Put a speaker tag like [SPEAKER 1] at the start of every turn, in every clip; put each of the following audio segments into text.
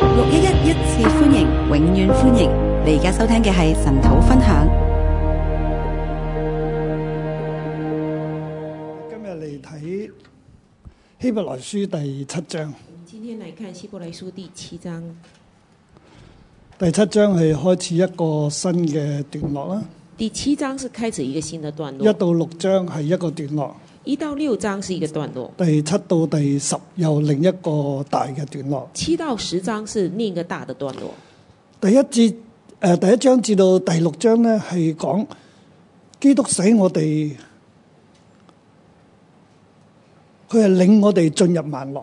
[SPEAKER 1] 六一一一次歡迎，永遠歡迎！你而家收聽嘅係神土分享。
[SPEAKER 2] 今日嚟睇希伯來書第七章，
[SPEAKER 3] 我们今天来看希伯来书第七章，
[SPEAKER 2] 第七章係開始一個新嘅段落啦。
[SPEAKER 3] 第七章是开始一个新的段
[SPEAKER 2] 一
[SPEAKER 3] 落，
[SPEAKER 2] 到六章係一個段落，
[SPEAKER 3] 一到六章是一个段落，
[SPEAKER 2] 第七到第十又另一個大嘅段落。
[SPEAKER 3] 七到十章是另一个大的段落。
[SPEAKER 2] 第一節诶、呃第一章至到第六章呢，係講基督使我哋，佢係領我哋進入萬內。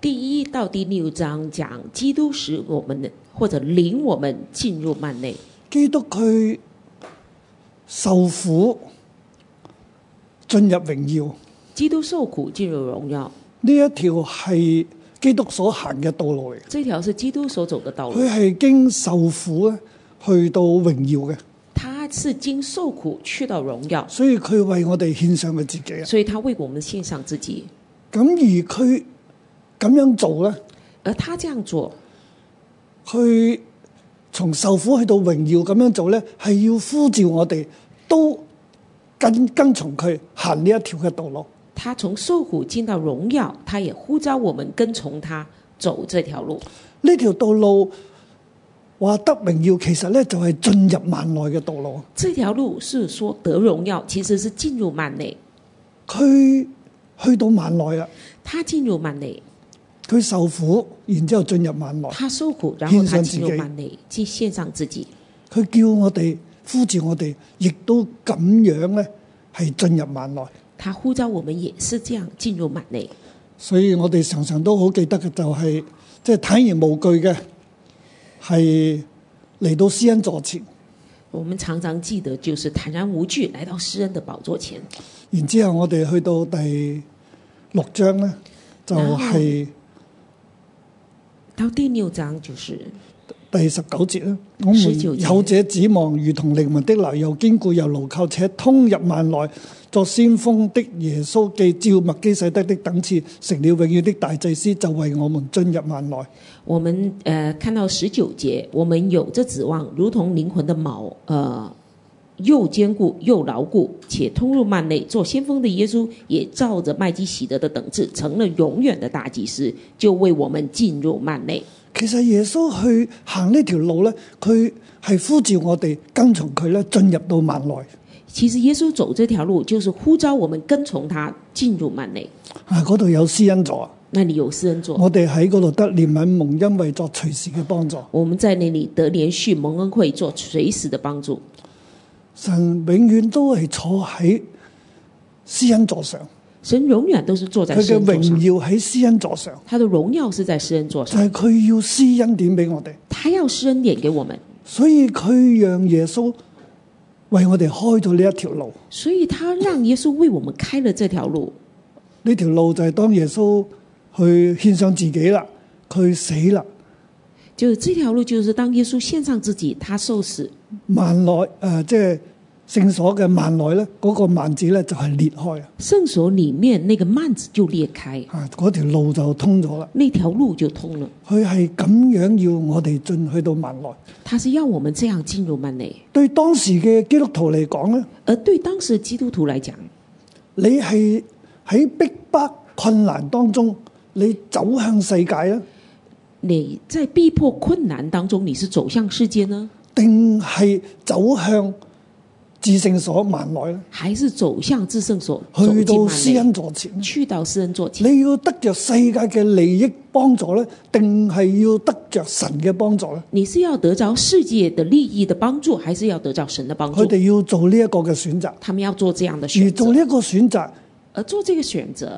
[SPEAKER 3] 第一到第六章讲基督使我们的或者领我们进入幔内，
[SPEAKER 2] 基督佢受苦進入榮耀。
[SPEAKER 3] 基督受苦进入荣耀，
[SPEAKER 2] 呢一條係基督所行嘅道路嚟，
[SPEAKER 3] 这条是基督所走的道路
[SPEAKER 2] 佢，係經受苦咧去到榮耀嘅，
[SPEAKER 3] 他是经受苦去到荣耀，
[SPEAKER 2] 所以佢為我哋獻上佢自己啊。
[SPEAKER 3] 所以他为我们献上自己，
[SPEAKER 2] 咁而佢咁樣做咧，
[SPEAKER 3] 而他这样做，
[SPEAKER 2] 佢從受苦去到榮耀咁樣做咧，係要呼召我哋都跟跟從佢行呢一條嘅道路。
[SPEAKER 3] 他从受苦进到荣耀，他也呼召我们跟从他走这条路。
[SPEAKER 2] 呢條道路話得榮耀，其實咧就係進入萬內嘅道路。
[SPEAKER 3] 这条路是说得荣耀，其实是进入幔内。
[SPEAKER 2] 佢去到萬內啦，
[SPEAKER 3] 他进入幔内，
[SPEAKER 2] 佢受苦，然之後進入萬內。
[SPEAKER 3] 他受苦，然后
[SPEAKER 2] 献上
[SPEAKER 3] 他
[SPEAKER 2] 自己
[SPEAKER 3] 进入幔内，去献上自己。
[SPEAKER 2] 佢叫我哋呼召我哋，亦都咁樣咧係進入萬內。
[SPEAKER 3] 他呼召我们也是这样进入幔内，
[SPEAKER 2] 所以我哋常常都好記得嘅就係、即係坦然無懼嘅，係嚟到施恩座前，
[SPEAKER 3] 我们常常记得就是坦然无惧来到诗人的宝座前。
[SPEAKER 2] 然之後我哋去到第六章咧，就係、
[SPEAKER 3] 到第六章就是
[SPEAKER 2] 第十九節啦，我們
[SPEAKER 3] 19節
[SPEAKER 2] 有這指望，如同靈魂的樓，又堅固又牢靠，且通入幔內。作先鋒的耶穌既照麥基洗德的等次，成了永遠的大祭司，就為我們進入幔內。
[SPEAKER 3] 我们呃看到十九节，我们有这指望，如同灵魂的锚，呃，又坚固又牢固，且通入幔内。做先锋的耶稣也照着麦基洗德的等次，成了永远的大祭司，就为我们进入幔内。
[SPEAKER 2] 其實耶穌去行呢條路呢，佢係呼召我哋跟從佢咧，進入到幔內。
[SPEAKER 3] 其實耶穌走这条路，就是呼召我们跟从他进入幔内。
[SPEAKER 2] 啊，嗰度有施恩座，啊
[SPEAKER 3] 那里有私人座，
[SPEAKER 2] 我哋喺嗰度得憐憫蒙恩惠作隨時嘅幫助。
[SPEAKER 3] 我们在那里得连续蒙恩惠，做随时的帮助。
[SPEAKER 2] 神永遠都係坐喺施恩座上，
[SPEAKER 3] 神永遠都是坐在
[SPEAKER 2] 佢
[SPEAKER 3] 私
[SPEAKER 2] 嘅
[SPEAKER 3] 人座
[SPEAKER 2] 榮
[SPEAKER 3] 上，
[SPEAKER 2] 耀喺施恩座上。
[SPEAKER 3] 他的榮耀是在私人座
[SPEAKER 2] 就係
[SPEAKER 3] 上，
[SPEAKER 2] 佢要施恩典俾我哋，
[SPEAKER 3] 他要施恩典给我们。
[SPEAKER 2] 所以佢讓耶穌為我哋開咗呢一條路。
[SPEAKER 3] 所以他让耶稣为我们开了这条路。
[SPEAKER 2] 呢條路就係當耶穌去獻上自己啦，佢死啦，
[SPEAKER 3] 就是这条路，就是当耶穌献上自己，他受死，
[SPEAKER 2] 萬內誒、呃即係聖所嘅萬內咧，嗰、個萬字咧就係裂開啊！
[SPEAKER 3] 聖所里面那個幔子就裂開，
[SPEAKER 2] 啊，嗰條路就通咗啦。
[SPEAKER 3] 那條路就通了。
[SPEAKER 2] 佢係咁樣要我哋進去到萬內。
[SPEAKER 3] 他是要我們這樣進入幔內。
[SPEAKER 2] 對當時嘅基督徒嚟講咧，
[SPEAKER 3] 而對當時的基督徒來講，
[SPEAKER 2] 你係喺逼迫困難當中，你走向世界啊咧。
[SPEAKER 3] 你在逼迫困難當中，你是走向世界呢，
[SPEAKER 2] 定係走向至聖所萬內咧？
[SPEAKER 3] 還是走向至聖所，走
[SPEAKER 2] 去
[SPEAKER 3] 進
[SPEAKER 2] 到施
[SPEAKER 3] 幔內，
[SPEAKER 2] 恩座前呢，
[SPEAKER 3] 去到施恩座前？
[SPEAKER 2] 你要得着世界嘅利益幫助咧，定係要得着神嘅幫助咧？
[SPEAKER 3] 你是要得着世界的利益的幫助，還是要得着神的幫
[SPEAKER 2] 佢
[SPEAKER 3] 助？
[SPEAKER 2] 哋要做呢一個嘅選擇，
[SPEAKER 3] 他們要做這樣的
[SPEAKER 2] 而
[SPEAKER 3] 選
[SPEAKER 2] 做
[SPEAKER 3] 擇，
[SPEAKER 2] 呢一個選擇，
[SPEAKER 3] 而做這個選擇，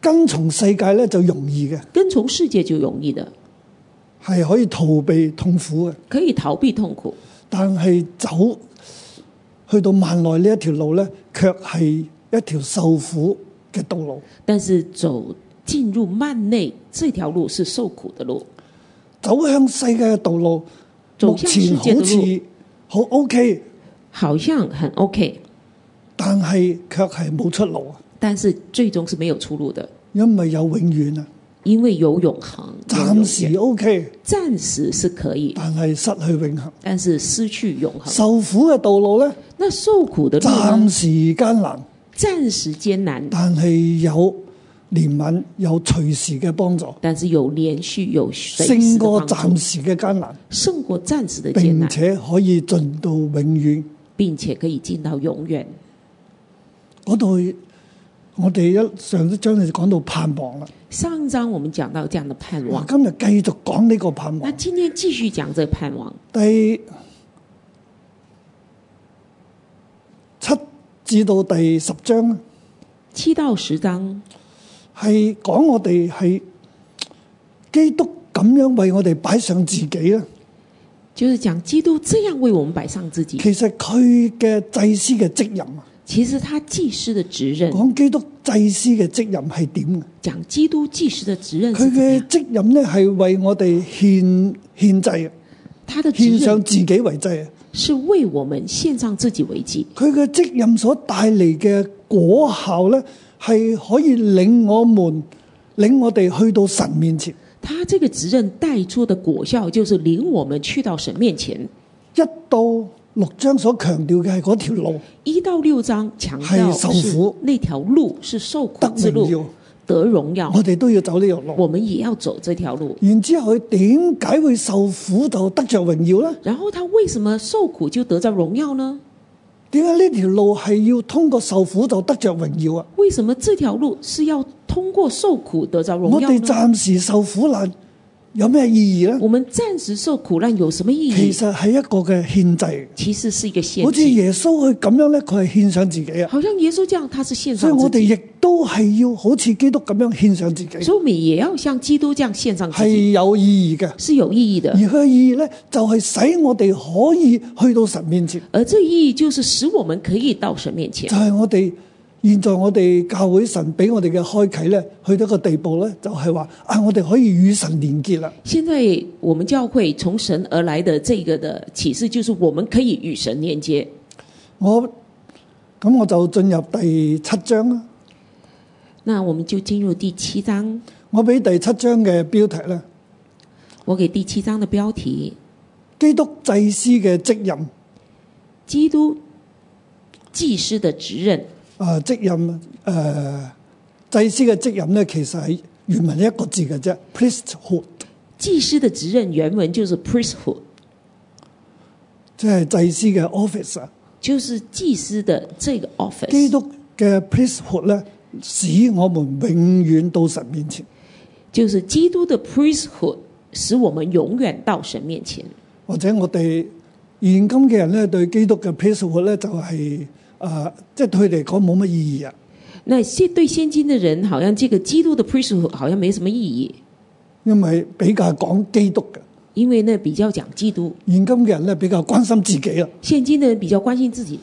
[SPEAKER 2] 跟從世界咧就容易嘅，
[SPEAKER 3] 跟從世界就容易的，
[SPEAKER 2] 係可以逃避痛苦嘅。
[SPEAKER 3] 可以逃避痛苦。
[SPEAKER 2] 但係走去到萬內呢一條路咧，卻係一條受苦嘅道路。
[SPEAKER 3] 但是走进入幔內這條路是受苦的路，
[SPEAKER 2] 走向世界嘅道路，目
[SPEAKER 3] 走向
[SPEAKER 2] 前
[SPEAKER 3] 世
[SPEAKER 2] 好
[SPEAKER 3] 界的路
[SPEAKER 2] 似好 OK，
[SPEAKER 3] 好像很 OK，
[SPEAKER 2] 但係卻係冇出路啊！
[SPEAKER 3] 但是最終是沒有出路的，
[SPEAKER 2] 因為有永遠啊，
[SPEAKER 3] 因为有永恒，有
[SPEAKER 2] 暫
[SPEAKER 3] 永
[SPEAKER 2] 時
[SPEAKER 3] 远
[SPEAKER 2] OK，
[SPEAKER 3] 暂时是可以，
[SPEAKER 2] 但係失去永恆。
[SPEAKER 3] 但是失去永恒。
[SPEAKER 2] 受苦嘅道路呢，
[SPEAKER 3] 那受苦的路
[SPEAKER 2] 暫
[SPEAKER 3] 呢，
[SPEAKER 2] 時艱難，
[SPEAKER 3] 暂时艰难，
[SPEAKER 2] 但係有憐憫，有隨時嘅幫助，
[SPEAKER 3] 但是有连续有随
[SPEAKER 2] 勝
[SPEAKER 3] 时的
[SPEAKER 2] 過
[SPEAKER 3] 帮助
[SPEAKER 2] 暫，時嘅艱難，
[SPEAKER 3] 胜过暂时的艰
[SPEAKER 2] 並
[SPEAKER 3] 难，
[SPEAKER 2] 且可以進到永遠。
[SPEAKER 3] 并且可以进到永远。
[SPEAKER 2] 嗰度我哋一上一章就講到盼望啦，
[SPEAKER 3] 上一章我们讲到这样的盼
[SPEAKER 2] 哇！
[SPEAKER 3] 望，
[SPEAKER 2] 今日繼續講呢個盼
[SPEAKER 3] 那
[SPEAKER 2] 望，
[SPEAKER 3] 今天继续讲这个盼望，
[SPEAKER 2] 第七至到第十章呢
[SPEAKER 3] 七到十章
[SPEAKER 2] 係講我哋係基督咁樣為我哋擺上自己啦。
[SPEAKER 3] 就是讲基督这样为我们摆上自己，
[SPEAKER 2] 其實佢嘅祭司嘅職任啊，
[SPEAKER 3] 其实他祭司的职任，
[SPEAKER 2] 講基督祭嗯司嘅職任係點嘅？
[SPEAKER 3] 讲基督祭司的职任是
[SPEAKER 2] 佢
[SPEAKER 3] 怎么
[SPEAKER 2] 嘅
[SPEAKER 3] 样？
[SPEAKER 2] 職任呢係為我哋獻獻祭，啊
[SPEAKER 3] 他的职
[SPEAKER 2] 獻上
[SPEAKER 3] 任
[SPEAKER 2] 自己為祭。啊
[SPEAKER 3] 是为我们献上自己为祭，
[SPEAKER 2] 佢嘅職任所帶嚟嘅果效呢，係可以領我們領我哋去到神面前，
[SPEAKER 3] 他这个职任带出的果效，就是领我们去到神面前。
[SPEAKER 2] 一到六章所強調嘅係嗰條路
[SPEAKER 3] 一到六章强调
[SPEAKER 2] 是受
[SPEAKER 3] 是
[SPEAKER 2] 苦
[SPEAKER 3] 那条路是受苦
[SPEAKER 2] 得
[SPEAKER 3] 之
[SPEAKER 2] 榮
[SPEAKER 3] 路，
[SPEAKER 2] 耀，
[SPEAKER 3] 得荣耀。
[SPEAKER 2] 我哋都要走呢條路。
[SPEAKER 3] 我们也要走这条路。
[SPEAKER 2] 然之後佢點解會受苦就得着榮耀呢？
[SPEAKER 3] 然后他为什么受苦就得着荣耀呢？
[SPEAKER 2] 點解呢條路係要通過受苦就得着榮耀啊？
[SPEAKER 3] 为什么这条路是要通过受苦得着荣
[SPEAKER 2] 我
[SPEAKER 3] 耀
[SPEAKER 2] 哋
[SPEAKER 3] 呢？
[SPEAKER 2] 暫時受苦難有咩意義呢？
[SPEAKER 3] 我们暂时受苦难有什么意
[SPEAKER 2] 其
[SPEAKER 3] 义？
[SPEAKER 2] 實係一個嘅獻祭，
[SPEAKER 3] 其实是一个献
[SPEAKER 2] 好似
[SPEAKER 3] 祭，
[SPEAKER 2] 耶穌佢咁樣呢，佢係獻上自己啊。
[SPEAKER 3] 好像耶稣这样，他是献
[SPEAKER 2] 所以
[SPEAKER 3] 上
[SPEAKER 2] 我
[SPEAKER 3] 自
[SPEAKER 2] 哋
[SPEAKER 3] 己，
[SPEAKER 2] 亦都係要好似基督咁樣獻上自己，
[SPEAKER 3] 所以我们也要像基督这样献上自
[SPEAKER 2] 係
[SPEAKER 3] 己，
[SPEAKER 2] 有意義嘅。
[SPEAKER 3] 是有意义的
[SPEAKER 2] 而。佢嘅意義呢，就係使我哋可以去到神面前，
[SPEAKER 3] 而这意义就是使我们可以到神面前
[SPEAKER 2] 就。係我哋現在我哋教會神俾我哋嘅開啟呢，去到一個地步呢，就係話啊，我哋可以與神連結啦。
[SPEAKER 3] 现在我们教会从神而来的这个的启示，就是我们可以与神连接。
[SPEAKER 2] 我咁我就進入第七章啦。
[SPEAKER 3] 那我们就进入第七章，
[SPEAKER 2] 我俾第七章嘅標題呢：
[SPEAKER 3] 我给第七章的标题：
[SPEAKER 2] 基督祭司嘅職任，
[SPEAKER 3] 基督祭司的职任。
[SPEAKER 2] 啊、職任，誒、呃祭司嘅職任呢，其實係原文一個字嘅啫，priesthood。
[SPEAKER 3] 祭司的职任原文就是 priesthood，
[SPEAKER 2] 即係祭司嘅 office 啊。
[SPEAKER 3] 就是祭司的这个
[SPEAKER 2] 基
[SPEAKER 3] office，
[SPEAKER 2] 督嘅 priesthood 咧，使我們永遠到神面前。
[SPEAKER 3] 就是基督的 priesthood，使我们永远到神面前。
[SPEAKER 2] 或者我哋現今嘅人咧，對基督嘅 priesthood 咧就係、呃即係對佢嚟講冇乜意義啊。
[SPEAKER 3] 那现对现今的人，好像这个基督的 priesthood 好像没什么意义，
[SPEAKER 2] 因為比較講基督嘅，
[SPEAKER 3] 因为呢比较讲基督。
[SPEAKER 2] 現今嘅人咧比較關心自己啦。
[SPEAKER 3] 现今的人比较关心自己，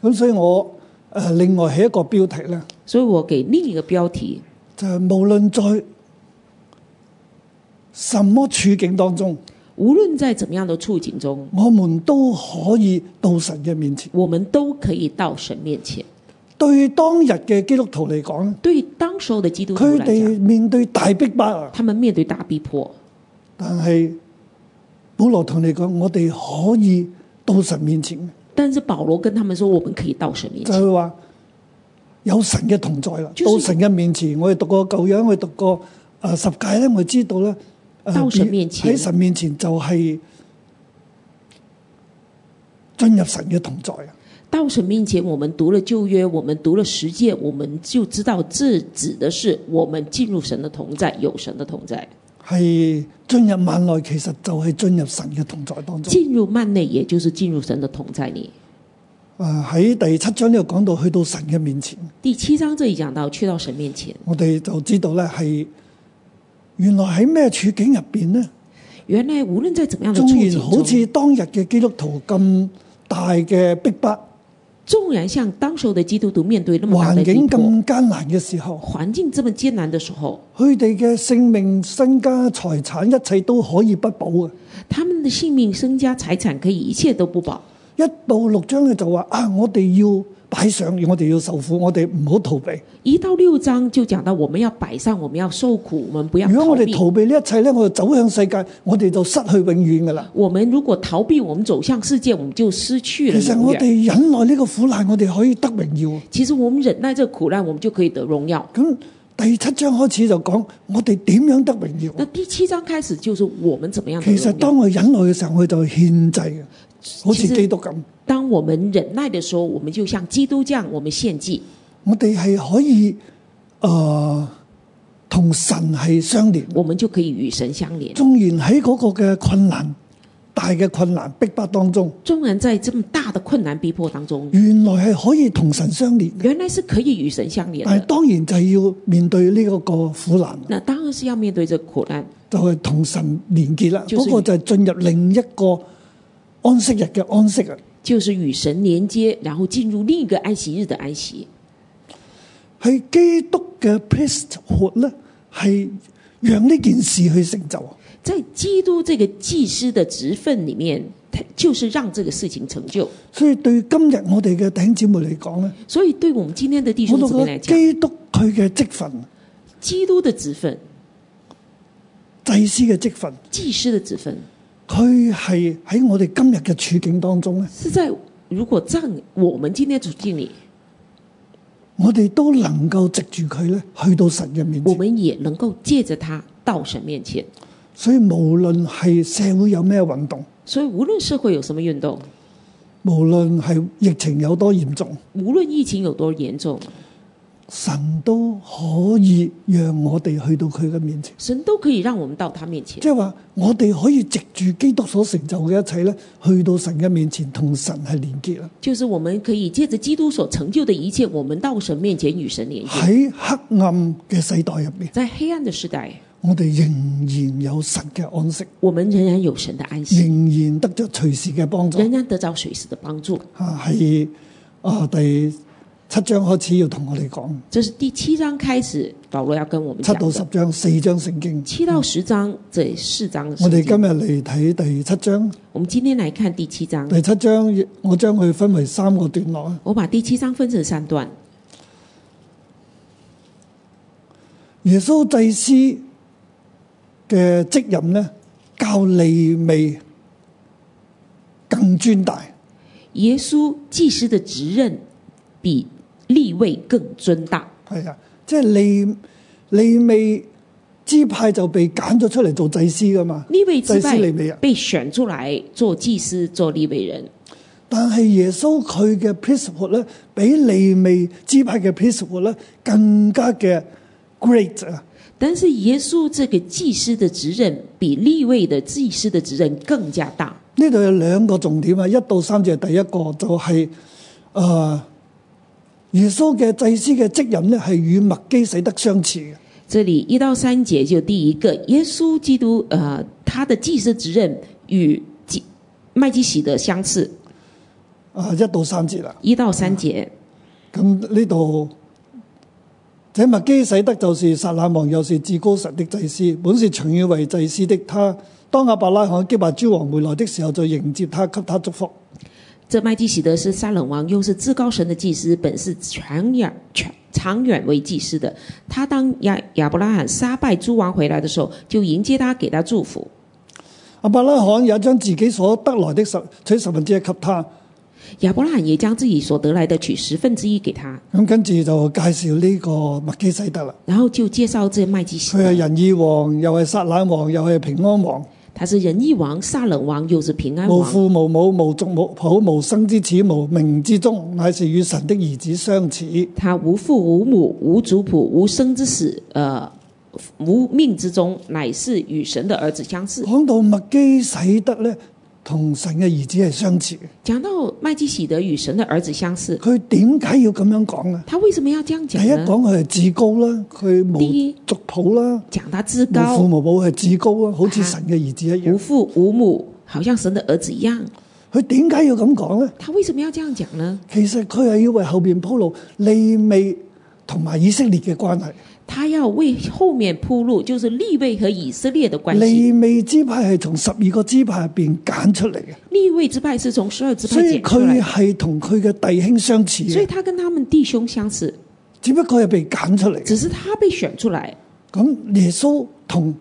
[SPEAKER 2] 咁所以我誒、呃另外起一個標題咧，
[SPEAKER 3] 所以我给另一个标题：
[SPEAKER 2] 就係、無論在什麼處境當中，
[SPEAKER 3] 无论在怎么样的处境中，
[SPEAKER 2] 我們都可以到神嘅面前。
[SPEAKER 3] 我们都可以到神面前。
[SPEAKER 2] 對當日嘅基督徒嚟講咧。
[SPEAKER 3] 对当时候的基督徒
[SPEAKER 2] 佢
[SPEAKER 3] 来讲，
[SPEAKER 2] 哋面對大逼迫啊，
[SPEAKER 3] 他们面对大逼迫，
[SPEAKER 2] 但係保羅同你講，我哋可以到神面前，
[SPEAKER 3] 但是保罗跟他们说，我们可以到神面
[SPEAKER 2] 就
[SPEAKER 3] 前，
[SPEAKER 2] 係話有神嘅同在啦。
[SPEAKER 3] 就是
[SPEAKER 2] 到神嘅面前，我哋讀過舊約，我哋讀過誒十戒咧，我哋知道咧，呃
[SPEAKER 3] 到神面前
[SPEAKER 2] 喺神面前就係進入神嘅同在啊。
[SPEAKER 3] 到神面前。我们读了旧约，我们读了十诫，我们就知道这指的是我们进入神的同在，有神的同在，
[SPEAKER 2] 係進入萬內，其實就係進入神嘅同在當中。
[SPEAKER 3] 进入幔内，也就是进入神的同在里。
[SPEAKER 2] 誒呃喺第七章呢度講到去到神嘅面前。
[SPEAKER 3] 第七章这里讲到，去到神面前，
[SPEAKER 2] 我哋就知道咧係原來喺咩處境入邊呢？
[SPEAKER 3] 原来无论在怎么样的处
[SPEAKER 2] 縱
[SPEAKER 3] 境
[SPEAKER 2] 然
[SPEAKER 3] 中，
[SPEAKER 2] 好似當日嘅基督徒咁大嘅逼迫，
[SPEAKER 3] 纵然像当时候的基督徒面对那么大
[SPEAKER 2] 環
[SPEAKER 3] 的逼
[SPEAKER 2] 境
[SPEAKER 3] 迫，
[SPEAKER 2] 咁艱難嘅時候，
[SPEAKER 3] 环境这么艰难的时候，
[SPEAKER 2] 佢哋嘅性命、身家、財產一切都可以不保嘅。
[SPEAKER 3] 他们的性命、身家、财产可以一切都不保。
[SPEAKER 2] 一到六章咧就話啊，我哋要擺上，我哋要受苦，我哋唔好逃避。
[SPEAKER 3] 一到六章就讲到我们要摆上，我们要受苦，我们不要
[SPEAKER 2] 如果
[SPEAKER 3] 逃
[SPEAKER 2] 我哋
[SPEAKER 3] 避。
[SPEAKER 2] 逃避呢一切咧，我哋走向世界，我哋就失去永遠噶啦。
[SPEAKER 3] 我们如果逃避，我们走向世界，我们就失去了
[SPEAKER 2] 其實
[SPEAKER 3] 永
[SPEAKER 2] 我
[SPEAKER 3] 远。
[SPEAKER 2] 哋忍耐呢個苦難，我哋可以得榮耀。
[SPEAKER 3] 其实我们忍耐这苦难，我们就可以得荣耀。
[SPEAKER 2] 咁第七章開始就講我哋點樣得榮
[SPEAKER 3] 那
[SPEAKER 2] 耀。
[SPEAKER 3] 第七章开始就是我们怎么样得
[SPEAKER 2] 其實
[SPEAKER 3] 荣耀。
[SPEAKER 2] 當我忍耐嘅時候，我哋就獻祭嘅，好似
[SPEAKER 3] 其實
[SPEAKER 2] 基督咁。
[SPEAKER 3] 当我们忍耐的时候，我们就像基督这样，我们献祭，
[SPEAKER 2] 我哋係可以呃同神係相連。
[SPEAKER 3] 我们就可以与神相连。
[SPEAKER 2] 縱然喺嗰個嘅困難、大嘅困難、逼迫當中，
[SPEAKER 3] 纵然在这么大的困难逼迫当中，
[SPEAKER 2] 原來係可以同神相連。
[SPEAKER 3] 原来是可以与神相连
[SPEAKER 2] 但係
[SPEAKER 3] 的。
[SPEAKER 2] 當然就係要面對呢個個苦難，
[SPEAKER 3] 那当然是要面对这苦难，
[SPEAKER 2] 就係、同神連結啦。
[SPEAKER 3] 就
[SPEAKER 2] 嗰、
[SPEAKER 3] 是
[SPEAKER 2] 個就係進入另一個安息日嘅安息啊！
[SPEAKER 3] 就是与神连接，然后进入另一个安息日的安息。
[SPEAKER 2] 係基督嘅 priesthood 咧，係讓呢件事去成就。
[SPEAKER 3] 在基督这个祭司的职分里面，他就是让这个事情成就。
[SPEAKER 2] 所以對今日我哋嘅弟兄姊妹嚟講咧，
[SPEAKER 3] 所以，对我们今天的弟
[SPEAKER 2] 我
[SPEAKER 3] 兄姊
[SPEAKER 2] 就
[SPEAKER 3] 妹
[SPEAKER 2] 覺得
[SPEAKER 3] 来讲，
[SPEAKER 2] 基督佢嘅職分、
[SPEAKER 3] 基督的职分、
[SPEAKER 2] 祭司嘅職分，
[SPEAKER 3] 祭司的职分，
[SPEAKER 2] 佢係喺我哋今日嘅處境當中咧，
[SPEAKER 3] 是在如果站我们今天的处境里，
[SPEAKER 2] 我哋都能夠藉住佢咧去到神嘅面
[SPEAKER 3] 我
[SPEAKER 2] 前。
[SPEAKER 3] 们也能够借着他到神面前。
[SPEAKER 2] 所以無論係社會有咩運動，
[SPEAKER 3] 所以，无论社会有什么运动，
[SPEAKER 2] 無論係疫情有多嚴重，
[SPEAKER 3] 无论疫情有多严重，
[SPEAKER 2] 神都可以讓我哋去到佢嘅面前。
[SPEAKER 3] 神都可以让我们到他面前。
[SPEAKER 2] 即係話，我哋可以藉住基督所成就嘅一切咧，去到神嘅面前，同神係連結啦。
[SPEAKER 3] 就是我们可以借着基督所成就的一切，我们到神面前与神连接。
[SPEAKER 2] 喺黑暗嘅世代入面，
[SPEAKER 3] 在黑暗的时代，
[SPEAKER 2] 我哋仍然有神嘅安息，
[SPEAKER 3] 我们仍然有神的安息，
[SPEAKER 2] 仍然得着隨時嘅幫助。
[SPEAKER 3] 仍然得到随时的帮助。
[SPEAKER 2] 啊，係啊，第七章開始要同我哋講，
[SPEAKER 3] 这是第七章开始，保罗要跟我们
[SPEAKER 2] 七
[SPEAKER 3] 讲
[SPEAKER 2] 到
[SPEAKER 3] 的
[SPEAKER 2] 十章四章聖經。
[SPEAKER 3] 七到十章这四章的
[SPEAKER 2] 我哋
[SPEAKER 3] 圣
[SPEAKER 2] 今
[SPEAKER 3] 经。
[SPEAKER 2] 日嚟睇第七章，
[SPEAKER 3] 我们今天来看第七章，
[SPEAKER 2] 第七章我將佢分為三個段落啊。
[SPEAKER 3] 我把第七章分成三段。
[SPEAKER 2] 耶穌祭司嘅職任呢，較利未更尊大。
[SPEAKER 3] 耶稣祭司的职任比立位更尊大，
[SPEAKER 2] 係啊，即係利利未支派就被揀咗出嚟做祭司噶嘛，
[SPEAKER 3] 立位啊之
[SPEAKER 2] 祭司
[SPEAKER 3] 外
[SPEAKER 2] 利未人。
[SPEAKER 3] 被选出来做祭司、做立位人。
[SPEAKER 2] 但係耶穌佢嘅 priesthood 咧，比利未支派嘅 priesthood 咧更加嘅 great 啊！
[SPEAKER 3] 但是耶稣这个祭司的职任比立位的祭司的职任更加大。
[SPEAKER 2] 呢度有兩個重點啊，一到三節第一個就係、呃耶穌嘅祭司嘅職任咧係與麥基洗德相似嘅，
[SPEAKER 3] 这里一到三节就第一个，耶稣基督呃他的祭司职任与祭麦基洗德相似。
[SPEAKER 2] 啊一到三節啦。
[SPEAKER 3] 一到三节，
[SPEAKER 2] 咁呢度，這麥基洗德就是撒冷王，又是至高神的祭司，本是長遠為祭司的他。當亞伯拉罕擊敗諸王回來的時候，就迎接他，給他祝福。
[SPEAKER 3] 这麦基洗德是撒冷王，又是至高神的祭司，本是长远长长远为祭司的。他当亚亚伯拉罕杀败诸王回来的时候，就迎接他，给他祝福。
[SPEAKER 2] 阿伯拉罕也將自己所得來的十取十分之一給他，
[SPEAKER 3] 亚伯拉罕也将自己所得来的取十分之一给他，
[SPEAKER 2] 咁跟住就介紹呢個麥基洗德啦。
[SPEAKER 3] 然后就介绍这麦基洗
[SPEAKER 2] 佢係
[SPEAKER 3] 德，
[SPEAKER 2] 仁義王，又係撒冷王，又係平安王，
[SPEAKER 3] 他是仁义王、撒冷王，又是平安
[SPEAKER 2] 無
[SPEAKER 3] 王，
[SPEAKER 2] 父無母無族無譜無生之始無名之終，乃是與神的兒子相似。
[SPEAKER 3] 他无父无母无族谱无生之始，呃，无命之中，乃是与神的儿子相似。
[SPEAKER 2] 講到麥基洗德咧，同神嘅兒子係相似嘅。
[SPEAKER 3] 讲到麦基洗德与神的儿子相似，
[SPEAKER 2] 佢點解要咁樣講呢？
[SPEAKER 3] 他为什么要这样
[SPEAKER 2] 第
[SPEAKER 3] 讲
[SPEAKER 2] 一
[SPEAKER 3] 呢？
[SPEAKER 2] 講佢係至高啦，佢
[SPEAKER 3] 第一
[SPEAKER 2] 無族譜啦，
[SPEAKER 3] 讲他至
[SPEAKER 2] 無父
[SPEAKER 3] 高，
[SPEAKER 2] 無母係至高啦，好
[SPEAKER 3] 啊
[SPEAKER 2] 似神嘅兒子一
[SPEAKER 3] 无
[SPEAKER 2] 樣。
[SPEAKER 3] 父无母，好像神的儿子一样。
[SPEAKER 2] 佢點解要咁講呢？
[SPEAKER 3] 他为什么要这样讲呢？
[SPEAKER 2] 其實佢係要為後邊鋪路，利未同埋以色列嘅關係。
[SPEAKER 3] 他要为后面铺路，就是利位和以色列的关系。
[SPEAKER 2] 利未支派係從十二個支派入邊揀出嚟嘅，
[SPEAKER 3] 利位支派是从十二支
[SPEAKER 2] 所
[SPEAKER 3] 派
[SPEAKER 2] 以
[SPEAKER 3] 拣出
[SPEAKER 2] 佢
[SPEAKER 3] 来，
[SPEAKER 2] 係同佢嘅弟兄相似
[SPEAKER 3] 所以
[SPEAKER 2] 嘅，
[SPEAKER 3] 他跟他们弟兄相似，
[SPEAKER 2] 只不過係被揀出嚟嘅。
[SPEAKER 3] 只是他被选出来。
[SPEAKER 2] 咁耶穌同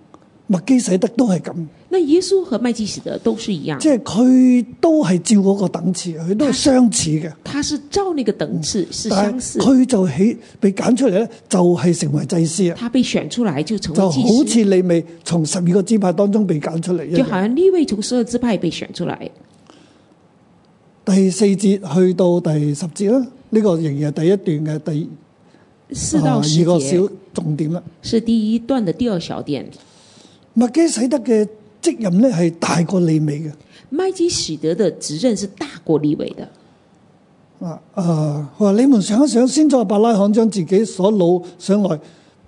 [SPEAKER 2] 麥基洗德都係咁，
[SPEAKER 3] 那耶稣和麦基洗德都是一样
[SPEAKER 2] 即，係佢都係照嗰個等次，佢都係相似嘅。
[SPEAKER 3] 他是照那个等次是
[SPEAKER 2] 但係
[SPEAKER 3] 相似，
[SPEAKER 2] 佢就起被揀出嚟咧，就係、成為祭司啊，
[SPEAKER 3] 他被选出来就成
[SPEAKER 2] 就
[SPEAKER 3] 为
[SPEAKER 2] 好
[SPEAKER 3] 祭司，
[SPEAKER 2] 似你未從十二個支派當中被揀出嚟一
[SPEAKER 3] 就
[SPEAKER 2] 樣。
[SPEAKER 3] 好像利位从十二支派被选出来。
[SPEAKER 2] 第四節去到第十節啦，呢、個仍然係第一段嘅第
[SPEAKER 3] 四到
[SPEAKER 2] 啊
[SPEAKER 3] 十
[SPEAKER 2] 二個
[SPEAKER 3] 节
[SPEAKER 2] 小重點啦。
[SPEAKER 3] 是第一段的第二小点。
[SPEAKER 2] 麥基洗德嘅職任咧係大過利美嘅，
[SPEAKER 3] 麦基洗德的职任是大过利位的。
[SPEAKER 2] 啊啊！佢話你們想一想，先祖亞伯拉罕將自己所擄上來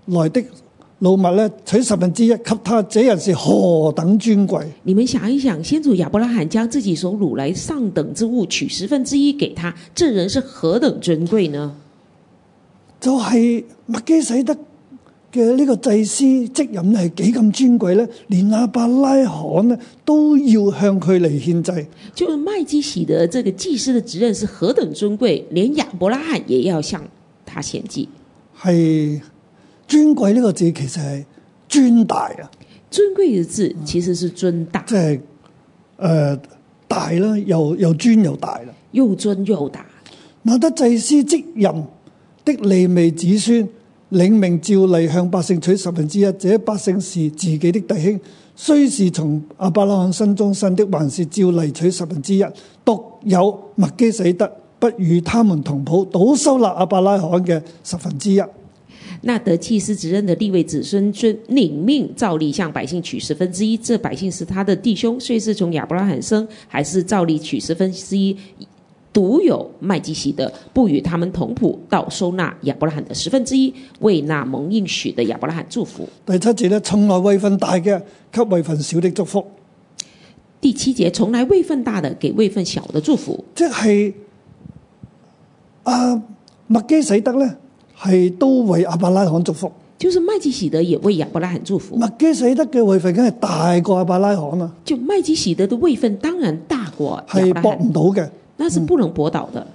[SPEAKER 2] 來的老物咧，取十分之一給他，這人是何等尊貴！
[SPEAKER 3] 你们想一想，先祖亚伯拉罕将自己所掳来上等之物取十分之一给他，这人是何等尊贵呢？
[SPEAKER 2] 就係、麥基洗德嘅呢個祭司職任咧係幾咁尊貴咧，連亞伯拉罕咧都要向佢嚟獻祭。
[SPEAKER 3] 就是麦基洗德这个祭司的职任是何等尊贵，连亚伯拉罕也要向他献祭。
[SPEAKER 2] 係尊貴呢個字其實係尊大啊，
[SPEAKER 3] 尊贵的字其实是尊大，
[SPEAKER 2] 即係誒大啦，又又尊又大啦。
[SPEAKER 3] 又尊又大。
[SPEAKER 2] 那得祭司職任的利未子孫，領命照例向百姓取十分之一，這百姓是自己的弟兄，雖是從亞伯拉罕身中生的，還是照例取十分之一。獨有麥基洗德不與他們同譜，倒收納亞伯拉罕嘅十分之一。
[SPEAKER 3] 那得祭司职任的立位子孙遵领命，照例向百姓取十分之一。这百姓是他的弟兄，虽是从亚伯拉罕生，还是照例取十分之一。独有麦基洗德不与他们同谱，到收纳亚伯拉罕的十分之一，为那蒙应许的亚伯拉罕祝福。
[SPEAKER 2] 第七節咧，從來位份大嘅給位份少的祝福，
[SPEAKER 3] 第七节，从来位份大的给位份小的祝福，
[SPEAKER 2] 即係啊麥基洗德咧，係都為亞伯拉罕祝福。
[SPEAKER 3] 就是麦基洗德也为亚伯拉罕祝福。
[SPEAKER 2] 麥基洗德嘅位份梗係大過亞伯拉罕啦，
[SPEAKER 3] 就麦基洗德的位份当然大过亚
[SPEAKER 2] 係
[SPEAKER 3] 伯拉
[SPEAKER 2] 搏唔
[SPEAKER 3] 罕，
[SPEAKER 2] 到嘅。
[SPEAKER 3] 那是不能驳倒的。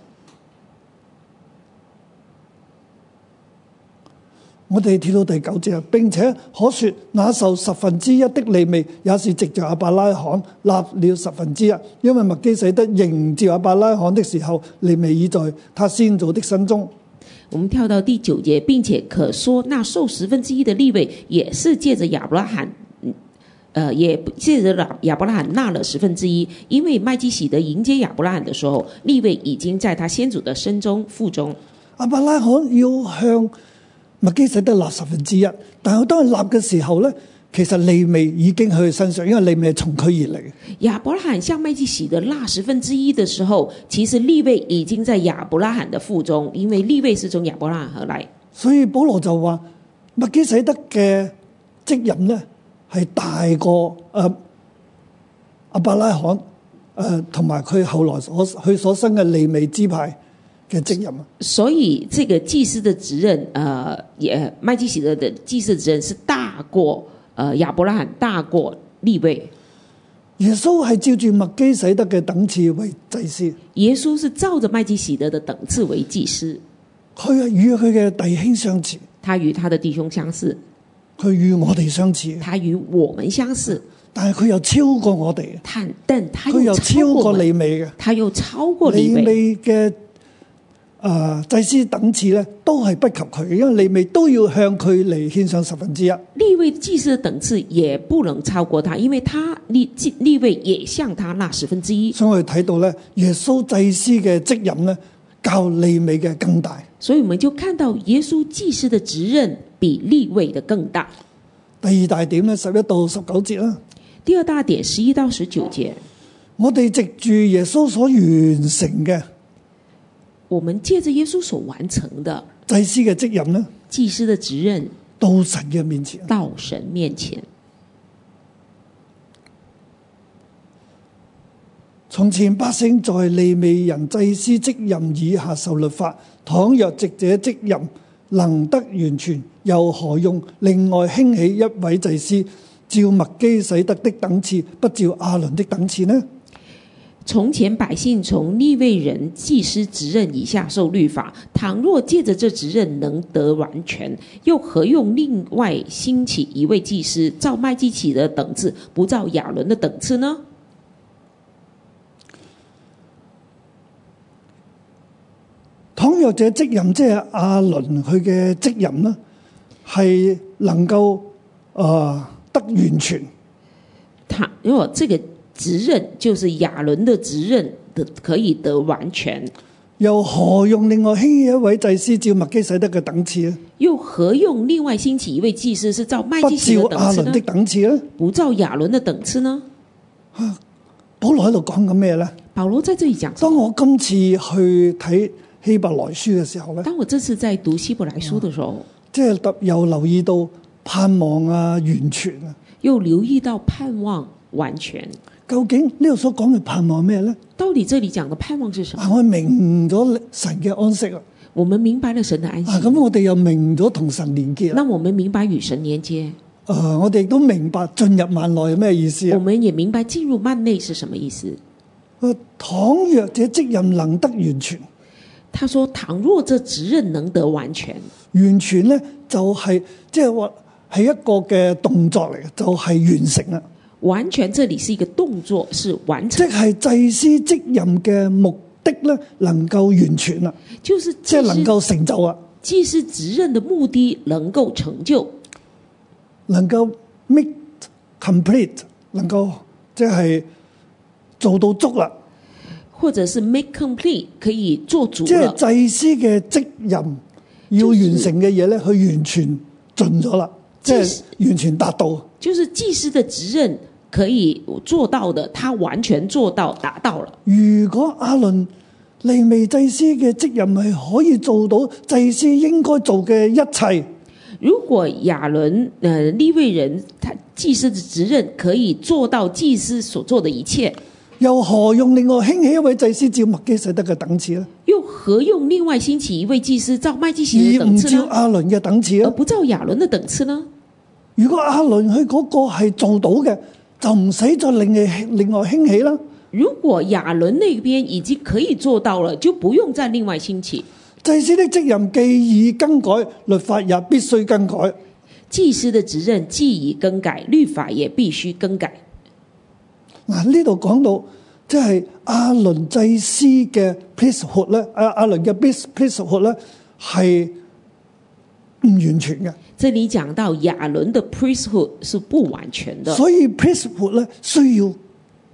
[SPEAKER 2] 我哋跳到第九節啊，並且可說那受十分之一的利未也是藉着亞伯拉罕立了十分之一，因為麥基洗德迎接亞伯拉罕的時候，利未已在他先祖的身中。
[SPEAKER 3] 我们跳到第九节，并且可说，那受十分之一的立位也是借着亚伯拉罕，嗯呃，也借着亚亚伯拉罕纳了十分之一，因为麦基洗德迎接亚伯拉罕的时候，立位已经在他先祖的身中腹中。
[SPEAKER 2] 亞伯拉罕要向麥基洗德立十分之一，但係當佢立嘅時候咧，其實利未已經喺佢身上，因為利未係從佢而嚟嘅。
[SPEAKER 3] 亚伯拉罕向麦基洗德纳十分之一的时候，其实立位已经在亚伯拉罕的腹中，因为立位是从亚伯拉罕而来。
[SPEAKER 2] 所以保羅就話：麥基洗德嘅職任咧係大過誒阿伯拉罕誒同埋佢後來所佢所生嘅利未支派嘅職任啊！
[SPEAKER 3] 所以这个祭司的职任，呃，也麦基洗德的祭司职任是大过呃亚伯拉罕，大过利位。
[SPEAKER 2] 耶穌係照住麥基洗德嘅等次為祭司，
[SPEAKER 3] 耶稣是照着麦基洗德的等次为祭司，
[SPEAKER 2] 佢係與佢嘅弟兄相似，
[SPEAKER 3] 他与他的弟兄相似，
[SPEAKER 2] 佢與我哋相似，
[SPEAKER 3] 他与我们相似，
[SPEAKER 2] 但係佢又超過我哋，
[SPEAKER 3] 但但他
[SPEAKER 2] 佢
[SPEAKER 3] 又
[SPEAKER 2] 又
[SPEAKER 3] 超
[SPEAKER 2] 超
[SPEAKER 3] 过我
[SPEAKER 2] 過
[SPEAKER 3] 们，
[SPEAKER 2] 利未嘅。
[SPEAKER 3] 他又超过利
[SPEAKER 2] 利
[SPEAKER 3] 位。
[SPEAKER 2] 未嘅誒祭司等次咧，都係不及佢，因為利未都要向佢嚟獻上十分之一。
[SPEAKER 3] 立位祭司的等次也不能超过他，因为他立祭立位也向他纳十分之一，
[SPEAKER 2] 所以我哋睇到咧，耶穌祭司嘅職任咧，較利未嘅更大。
[SPEAKER 3] 所以我们就看到耶稣祭司的职任比立位的更大。
[SPEAKER 2] 第二大點咧，十一到十九節啦，
[SPEAKER 3] 第二大点，十一到十九节，
[SPEAKER 2] 我哋藉住耶穌所完成嘅
[SPEAKER 3] 我们借着耶稣所完成的
[SPEAKER 2] 祭司嘅職任咧，
[SPEAKER 3] 祭司的职任，
[SPEAKER 2] 到神嘅面前。
[SPEAKER 3] 到神面前。
[SPEAKER 2] 從前百姓在利未人祭司職任以下受律法，倘若藉這職任能得完全，又何用另外興起一位祭司，照麥基洗德的等次，不照亞倫的等次呢？
[SPEAKER 3] 从前百姓从立位人祭司职任以下受律法，倘若借着这职任能得完全，又何用另外兴起一位祭司，照麦基洗的等次，不照亚伦的等次呢？
[SPEAKER 2] 倘若這職任即係阿倫佢嘅職任呢，係能夠呃得完全，
[SPEAKER 3] 倘若这个职任就是亚伦的职任的，可以得完全，
[SPEAKER 2] 又何用另外興起一位祭司照麥基洗德嘅等次呢？
[SPEAKER 3] 又何用另外兴起一位祭司是照麦
[SPEAKER 2] 不
[SPEAKER 3] 基洗的
[SPEAKER 2] 照
[SPEAKER 3] 等
[SPEAKER 2] 阿
[SPEAKER 3] 次
[SPEAKER 2] 倫
[SPEAKER 3] 呢
[SPEAKER 2] 的？等次呢？
[SPEAKER 3] 不照亚伦的等次呢？
[SPEAKER 2] 保羅喺度講緊咩呢？
[SPEAKER 3] 保罗在这里讲什
[SPEAKER 2] 當
[SPEAKER 3] 么？
[SPEAKER 2] 我今次去睇希伯來書嘅時候呢，
[SPEAKER 3] 当我这次在读希伯来书的时候，
[SPEAKER 2] 即係特又留意到盼望啊、完全啊，
[SPEAKER 3] 又留意到盼望完全。
[SPEAKER 2] 究竟呢度所講嘅盼望係咩呢？
[SPEAKER 3] 到底这里讲的盼望是什么？
[SPEAKER 2] 啊，我明咗神嘅安息啦，
[SPEAKER 3] 我们明白了神的安息
[SPEAKER 2] 啊，，咁我哋又明咗同神連結啦。
[SPEAKER 3] 那我们明白与神连接，
[SPEAKER 2] 誒、我哋都明白進入萬內係咩意思
[SPEAKER 3] 我
[SPEAKER 2] 啊！
[SPEAKER 3] 们也明白进入幔内是什么意思。
[SPEAKER 2] 佢話倘若這職任能得完全，
[SPEAKER 3] 他说：“倘若这职任能得完全，
[SPEAKER 2] 完全咧就係即係話係一個嘅動作嚟嘅，就係、完成啦。
[SPEAKER 3] 完全这里是一个动作，是完
[SPEAKER 2] 即
[SPEAKER 3] 成，
[SPEAKER 2] 係祭司職任嘅目的咧，能夠完全啦，
[SPEAKER 3] 就是
[SPEAKER 2] 即
[SPEAKER 3] 祭
[SPEAKER 2] 係能
[SPEAKER 3] 司
[SPEAKER 2] 夠成就啊啦，
[SPEAKER 3] 祭司职任的目的能够成就，
[SPEAKER 2] 能夠 make complete，能夠即係做到足啦。
[SPEAKER 3] 或者是 make complete 可以做足
[SPEAKER 2] 即係
[SPEAKER 3] 了。
[SPEAKER 2] 祭司嘅職任要完成嘅嘢咧，佢完全盡咗啦，即
[SPEAKER 3] 即
[SPEAKER 2] 係
[SPEAKER 3] 是
[SPEAKER 2] 完全達到。
[SPEAKER 3] 就是祭司的职任可以做到的，他完全做到达到了。
[SPEAKER 2] 如果阿倫利未祭司嘅職任係可以做到祭司應該做嘅一切，
[SPEAKER 3] 如果亚伦呃利未人他祭司的职任可以做到祭司所做的一切，
[SPEAKER 2] 又何用另外興起一位祭司照麥基洗德嘅等次呢？
[SPEAKER 3] 又何用另外兴起一位祭司照麦基洗
[SPEAKER 2] 而
[SPEAKER 3] 的等
[SPEAKER 2] 唔
[SPEAKER 3] 次
[SPEAKER 2] 照
[SPEAKER 3] 呢？哦
[SPEAKER 2] 阿倫嘅等次
[SPEAKER 3] 而
[SPEAKER 2] 呢？
[SPEAKER 3] 不照亚伦的等次呢？
[SPEAKER 2] 如果阿倫佢嗰個係做到嘅，就唔使再另外另外興起啦。
[SPEAKER 3] 如果亚伦那边已经可以做到了，就不用再另外兴起。
[SPEAKER 2] 祭司的職任既已更改，律法也必須更改。
[SPEAKER 3] 祭司的职任既已更改，律法也必须更改。
[SPEAKER 2] 嗱，呢度講到即係阿倫祭司嘅 priesthood 咧，阿阿倫嘅 priest priesthood 咧係唔完全嘅，
[SPEAKER 3] 这里讲到亚伦的 priesthood 是不完全的，
[SPEAKER 2] 所以 priesthood 咧需要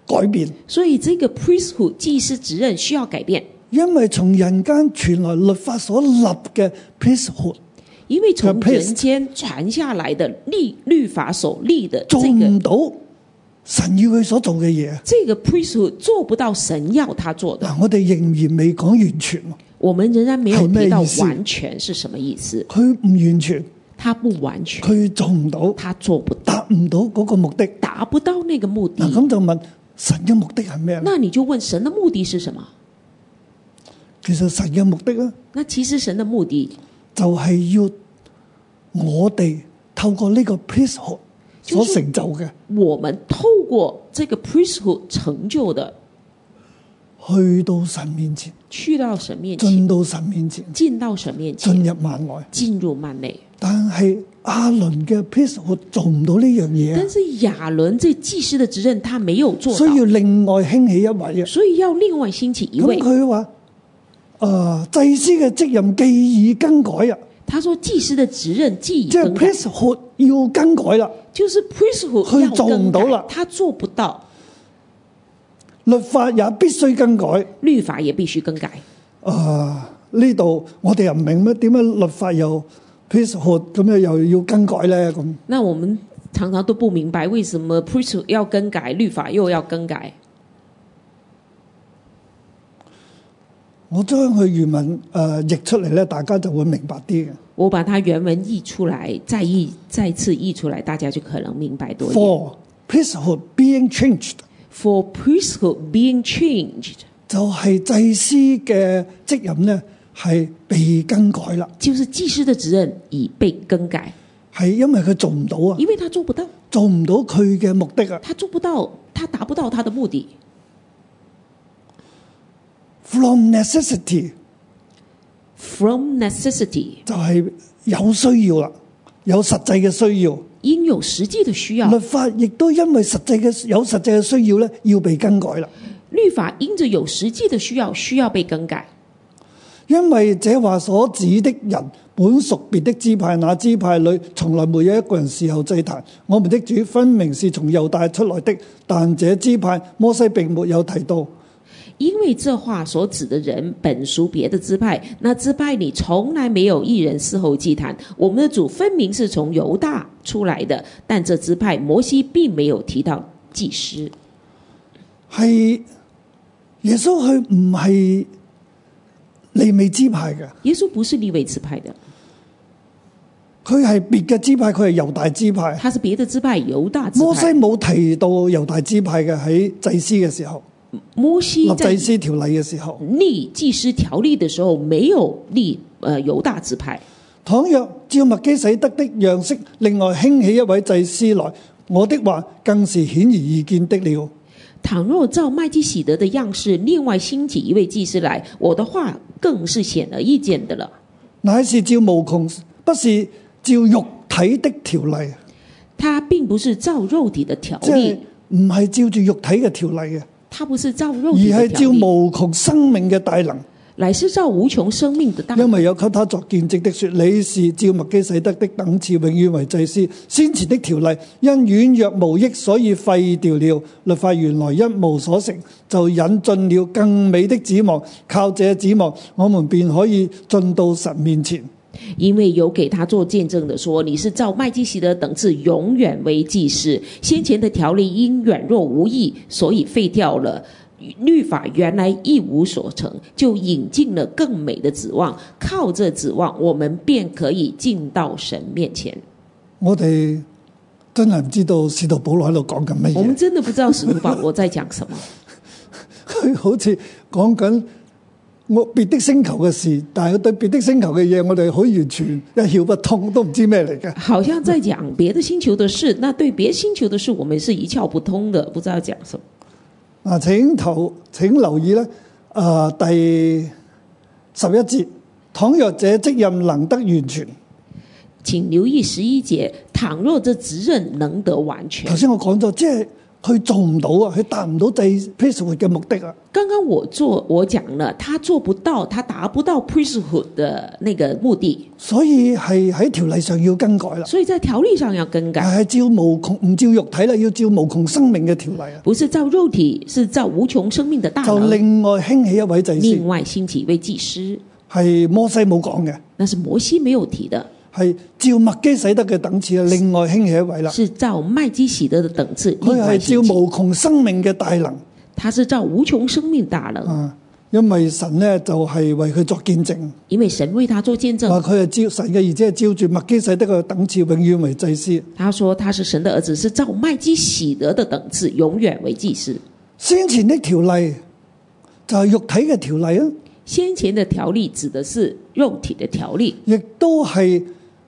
[SPEAKER 2] 改變，
[SPEAKER 3] 所以这个 priesthood 祭司职任需要改变，
[SPEAKER 2] 因為從人間傳來律法所立嘅 priesthood
[SPEAKER 3] 因为从
[SPEAKER 2] The priest
[SPEAKER 3] 人间传下来的律律法所立的
[SPEAKER 2] 做
[SPEAKER 3] 这
[SPEAKER 2] 唔
[SPEAKER 3] 个
[SPEAKER 2] 到神要佢所做嘅嘢。
[SPEAKER 3] 这个 priesthood 做不到神要他做的，
[SPEAKER 2] 嗱，我哋仍然未講完全，
[SPEAKER 3] 我们仍然没有
[SPEAKER 2] 很类
[SPEAKER 3] 提到
[SPEAKER 2] 似
[SPEAKER 3] 完全是什么意思，
[SPEAKER 2] 佢唔完全，
[SPEAKER 3] 他不完全，
[SPEAKER 2] 佢做唔到，
[SPEAKER 3] 他做不到，
[SPEAKER 2] 達唔到嗰個目的。
[SPEAKER 3] 达不到那个目
[SPEAKER 2] 嗱，
[SPEAKER 3] 的。
[SPEAKER 2] 咁就問神嘅目的係咩啊咧？
[SPEAKER 3] 那你就问神的目的是什么？
[SPEAKER 2] 其實神嘅目的咧。
[SPEAKER 3] 那其实神的目的
[SPEAKER 2] 就係要我哋透過呢個 priesthood 所成就嘅，
[SPEAKER 3] 我们透过这个 priesthood 成就的，
[SPEAKER 2] 去到神面前，
[SPEAKER 3] 去到神面前，
[SPEAKER 2] 進到神面前，
[SPEAKER 3] 进到神面前，
[SPEAKER 2] 進入萬內。
[SPEAKER 3] 进入幔内。
[SPEAKER 2] 但係阿倫嘅 priesthood 做唔到呢樣嘢
[SPEAKER 3] 但
[SPEAKER 2] 啊，
[SPEAKER 3] 是亚伦这祭司的职任他没有做
[SPEAKER 2] 需
[SPEAKER 3] 到，
[SPEAKER 2] 要另外興起一位啊。
[SPEAKER 3] 所以要另外兴起一
[SPEAKER 2] 咁
[SPEAKER 3] 位。
[SPEAKER 2] 佢話：，诶、祭司嘅職任既已更改啊，
[SPEAKER 3] 他说祭司的职任既已
[SPEAKER 2] 即係
[SPEAKER 3] 更改，
[SPEAKER 2] priesthood 要更改啦，
[SPEAKER 3] 就是 priesthood 要
[SPEAKER 2] 去做唔
[SPEAKER 3] 更
[SPEAKER 2] 到啦
[SPEAKER 3] 改，他做不到，
[SPEAKER 2] 律法也必須更改。
[SPEAKER 3] 律法也必须更改。
[SPEAKER 2] 啊！呢度我哋又唔明乜點解律法又 priesthood 咁樣又要更改咧？咁
[SPEAKER 3] 那我们常常都不明白为什么 priesthood 要更改，律法又要更改。
[SPEAKER 2] 我將佢原文誒、呃譯出嚟咧，大家就會明白啲嘅。
[SPEAKER 3] 我把它原文译出来，再译再次译出来，大家就可能明白多一点。
[SPEAKER 2] For priesthood being changed
[SPEAKER 3] For priesthood being changed，
[SPEAKER 2] 就係祭司嘅職任咧係被更改啦，
[SPEAKER 3] 就是祭司的职任已被更改，
[SPEAKER 2] 係因為佢做唔到啊，
[SPEAKER 3] 因为他做不到，
[SPEAKER 2] 做唔到佢嘅目的啊。
[SPEAKER 3] 他做不到，他达不到他的目的。
[SPEAKER 2] From necessity
[SPEAKER 3] From necessity，
[SPEAKER 2] 就係有需要啦，有實際嘅需要。
[SPEAKER 3] 因有实际的需要
[SPEAKER 2] 律，法亦都因為實際嘅有實際嘅需要咧，要被更改啦。
[SPEAKER 3] 律法因着有实际的需要，需要被更改。
[SPEAKER 2] 因為這話所指的人本屬別的支派，那支派裏從來沒有一個人侍候祭壇。我們的主分明是從猶大出來的，但這支派摩西並沒有提到。
[SPEAKER 3] 因为这话所指的人本属别的支派，那支派里从来没有一人伺候祭坛。我们的主分明是从犹大出来的，但这支派摩西并没有提到祭司。
[SPEAKER 2] 係耶穌佢唔係利未支派嘅，
[SPEAKER 3] 耶稣不是立位支派的，
[SPEAKER 2] 佢係別嘅支派，佢係猶大支派。
[SPEAKER 3] 他是别的支派犹大支
[SPEAKER 2] 摩西
[SPEAKER 3] 派。
[SPEAKER 2] 冇提到猶大支派嘅喺祭司嘅時候，
[SPEAKER 3] 摩西
[SPEAKER 2] 立
[SPEAKER 3] 在
[SPEAKER 2] 祭司條例嘅時候。
[SPEAKER 3] 立祭司条例的时候没有立呃犹大支派。
[SPEAKER 2] 倘若照麥基洗德的樣式，另外興起一位祭司來，我的話更是顯而易見的了。
[SPEAKER 3] 倘若照麦基喜德的样式，另外兴起一位祭司来，我的话更是显而易见的了。
[SPEAKER 2] 乃是照無窮，不是照肉體的條例，
[SPEAKER 3] 他并不是照肉体的条
[SPEAKER 2] 即係
[SPEAKER 3] 例，
[SPEAKER 2] 唔係照住肉體嘅條例嘅，
[SPEAKER 3] 他不是照肉体
[SPEAKER 2] 而
[SPEAKER 3] 的
[SPEAKER 2] 係照
[SPEAKER 3] 条例，
[SPEAKER 2] 無窮生命嘅大能。
[SPEAKER 3] 乃是照无穷生命的大能。
[SPEAKER 2] 因為有給他作見證的說，你是照麥基洗德的等次，永遠為祭司。先前的條例因軟弱無益，所以廢掉了。律法原來一無所成，就引進了更美的指望。靠這指望，我們便可以進到神面前。
[SPEAKER 3] 因为有给他做见证的说，你是照麦基洗德等次，永远为祭司。先前的条例因软弱无益，所以废掉了。律法原来一无所成，就引进了更美的指望。靠这指望，我们便可以进到神面前。
[SPEAKER 2] 我哋真係唔知道使徒保羅喺度講緊乜
[SPEAKER 3] 我
[SPEAKER 2] 嘢
[SPEAKER 3] 们，真的不知道使徒保罗在讲什么，
[SPEAKER 2] 佢好似講緊我別的星球嘅事，但係佢對別的星球嘅嘢，我哋好完全一竅不通，都唔知咩嚟嘅。
[SPEAKER 3] 好像在讲别的星球的事。那对别星球的事，我们是一窍不通的，不知道讲什么。
[SPEAKER 2] 嗱，請投請留意咧，啊、第十一節，倘若這職任能得完全，
[SPEAKER 3] 请留意十一节，倘若这职任能得完全
[SPEAKER 2] 頭，先我講咗，即係佢做唔到啊，佢達唔到祭 p r i e s t h o o d 嘅目的啊，
[SPEAKER 3] 刚刚我做我讲了，他做不到，他达不到 priesthood 的那个目的，
[SPEAKER 2] 所以係喺條例上要更改啦，
[SPEAKER 3] 所以在条例上要更改，
[SPEAKER 2] 但係照無窮唔照肉體啦，要照無窮生命嘅條例啊，
[SPEAKER 3] 不是照肉体，是照无穷生命的大
[SPEAKER 2] 就
[SPEAKER 3] 能。
[SPEAKER 2] 另外興起一位祭
[SPEAKER 3] 另
[SPEAKER 2] 司，
[SPEAKER 3] 外兴起一位祭司，
[SPEAKER 2] 係摩西冇講嘅，
[SPEAKER 3] 那是摩西没有提的，
[SPEAKER 2] 係照麥基洗德嘅等次啊，另外興起一位啦，
[SPEAKER 3] 是照麦基喜德的等次。另
[SPEAKER 2] 佢
[SPEAKER 3] 外
[SPEAKER 2] 係
[SPEAKER 3] 兴
[SPEAKER 2] 照
[SPEAKER 3] 起，
[SPEAKER 2] 無窮生命嘅大能
[SPEAKER 3] 他是照无穷生命大能，
[SPEAKER 2] 啊，因為神咧就係、為佢作見證。
[SPEAKER 3] 因为神为他做见
[SPEAKER 2] 話
[SPEAKER 3] 证。
[SPEAKER 2] 佢係照神嘅兒子係照住麥基洗德嘅等次，永遠為祭司。
[SPEAKER 3] 他说他是神的儿子，是照麦基喜德的等次，永远为祭司。
[SPEAKER 2] 先前的條例就係肉體嘅條例啊，
[SPEAKER 3] 先前的条例指的是肉体的条例，
[SPEAKER 2] 亦都係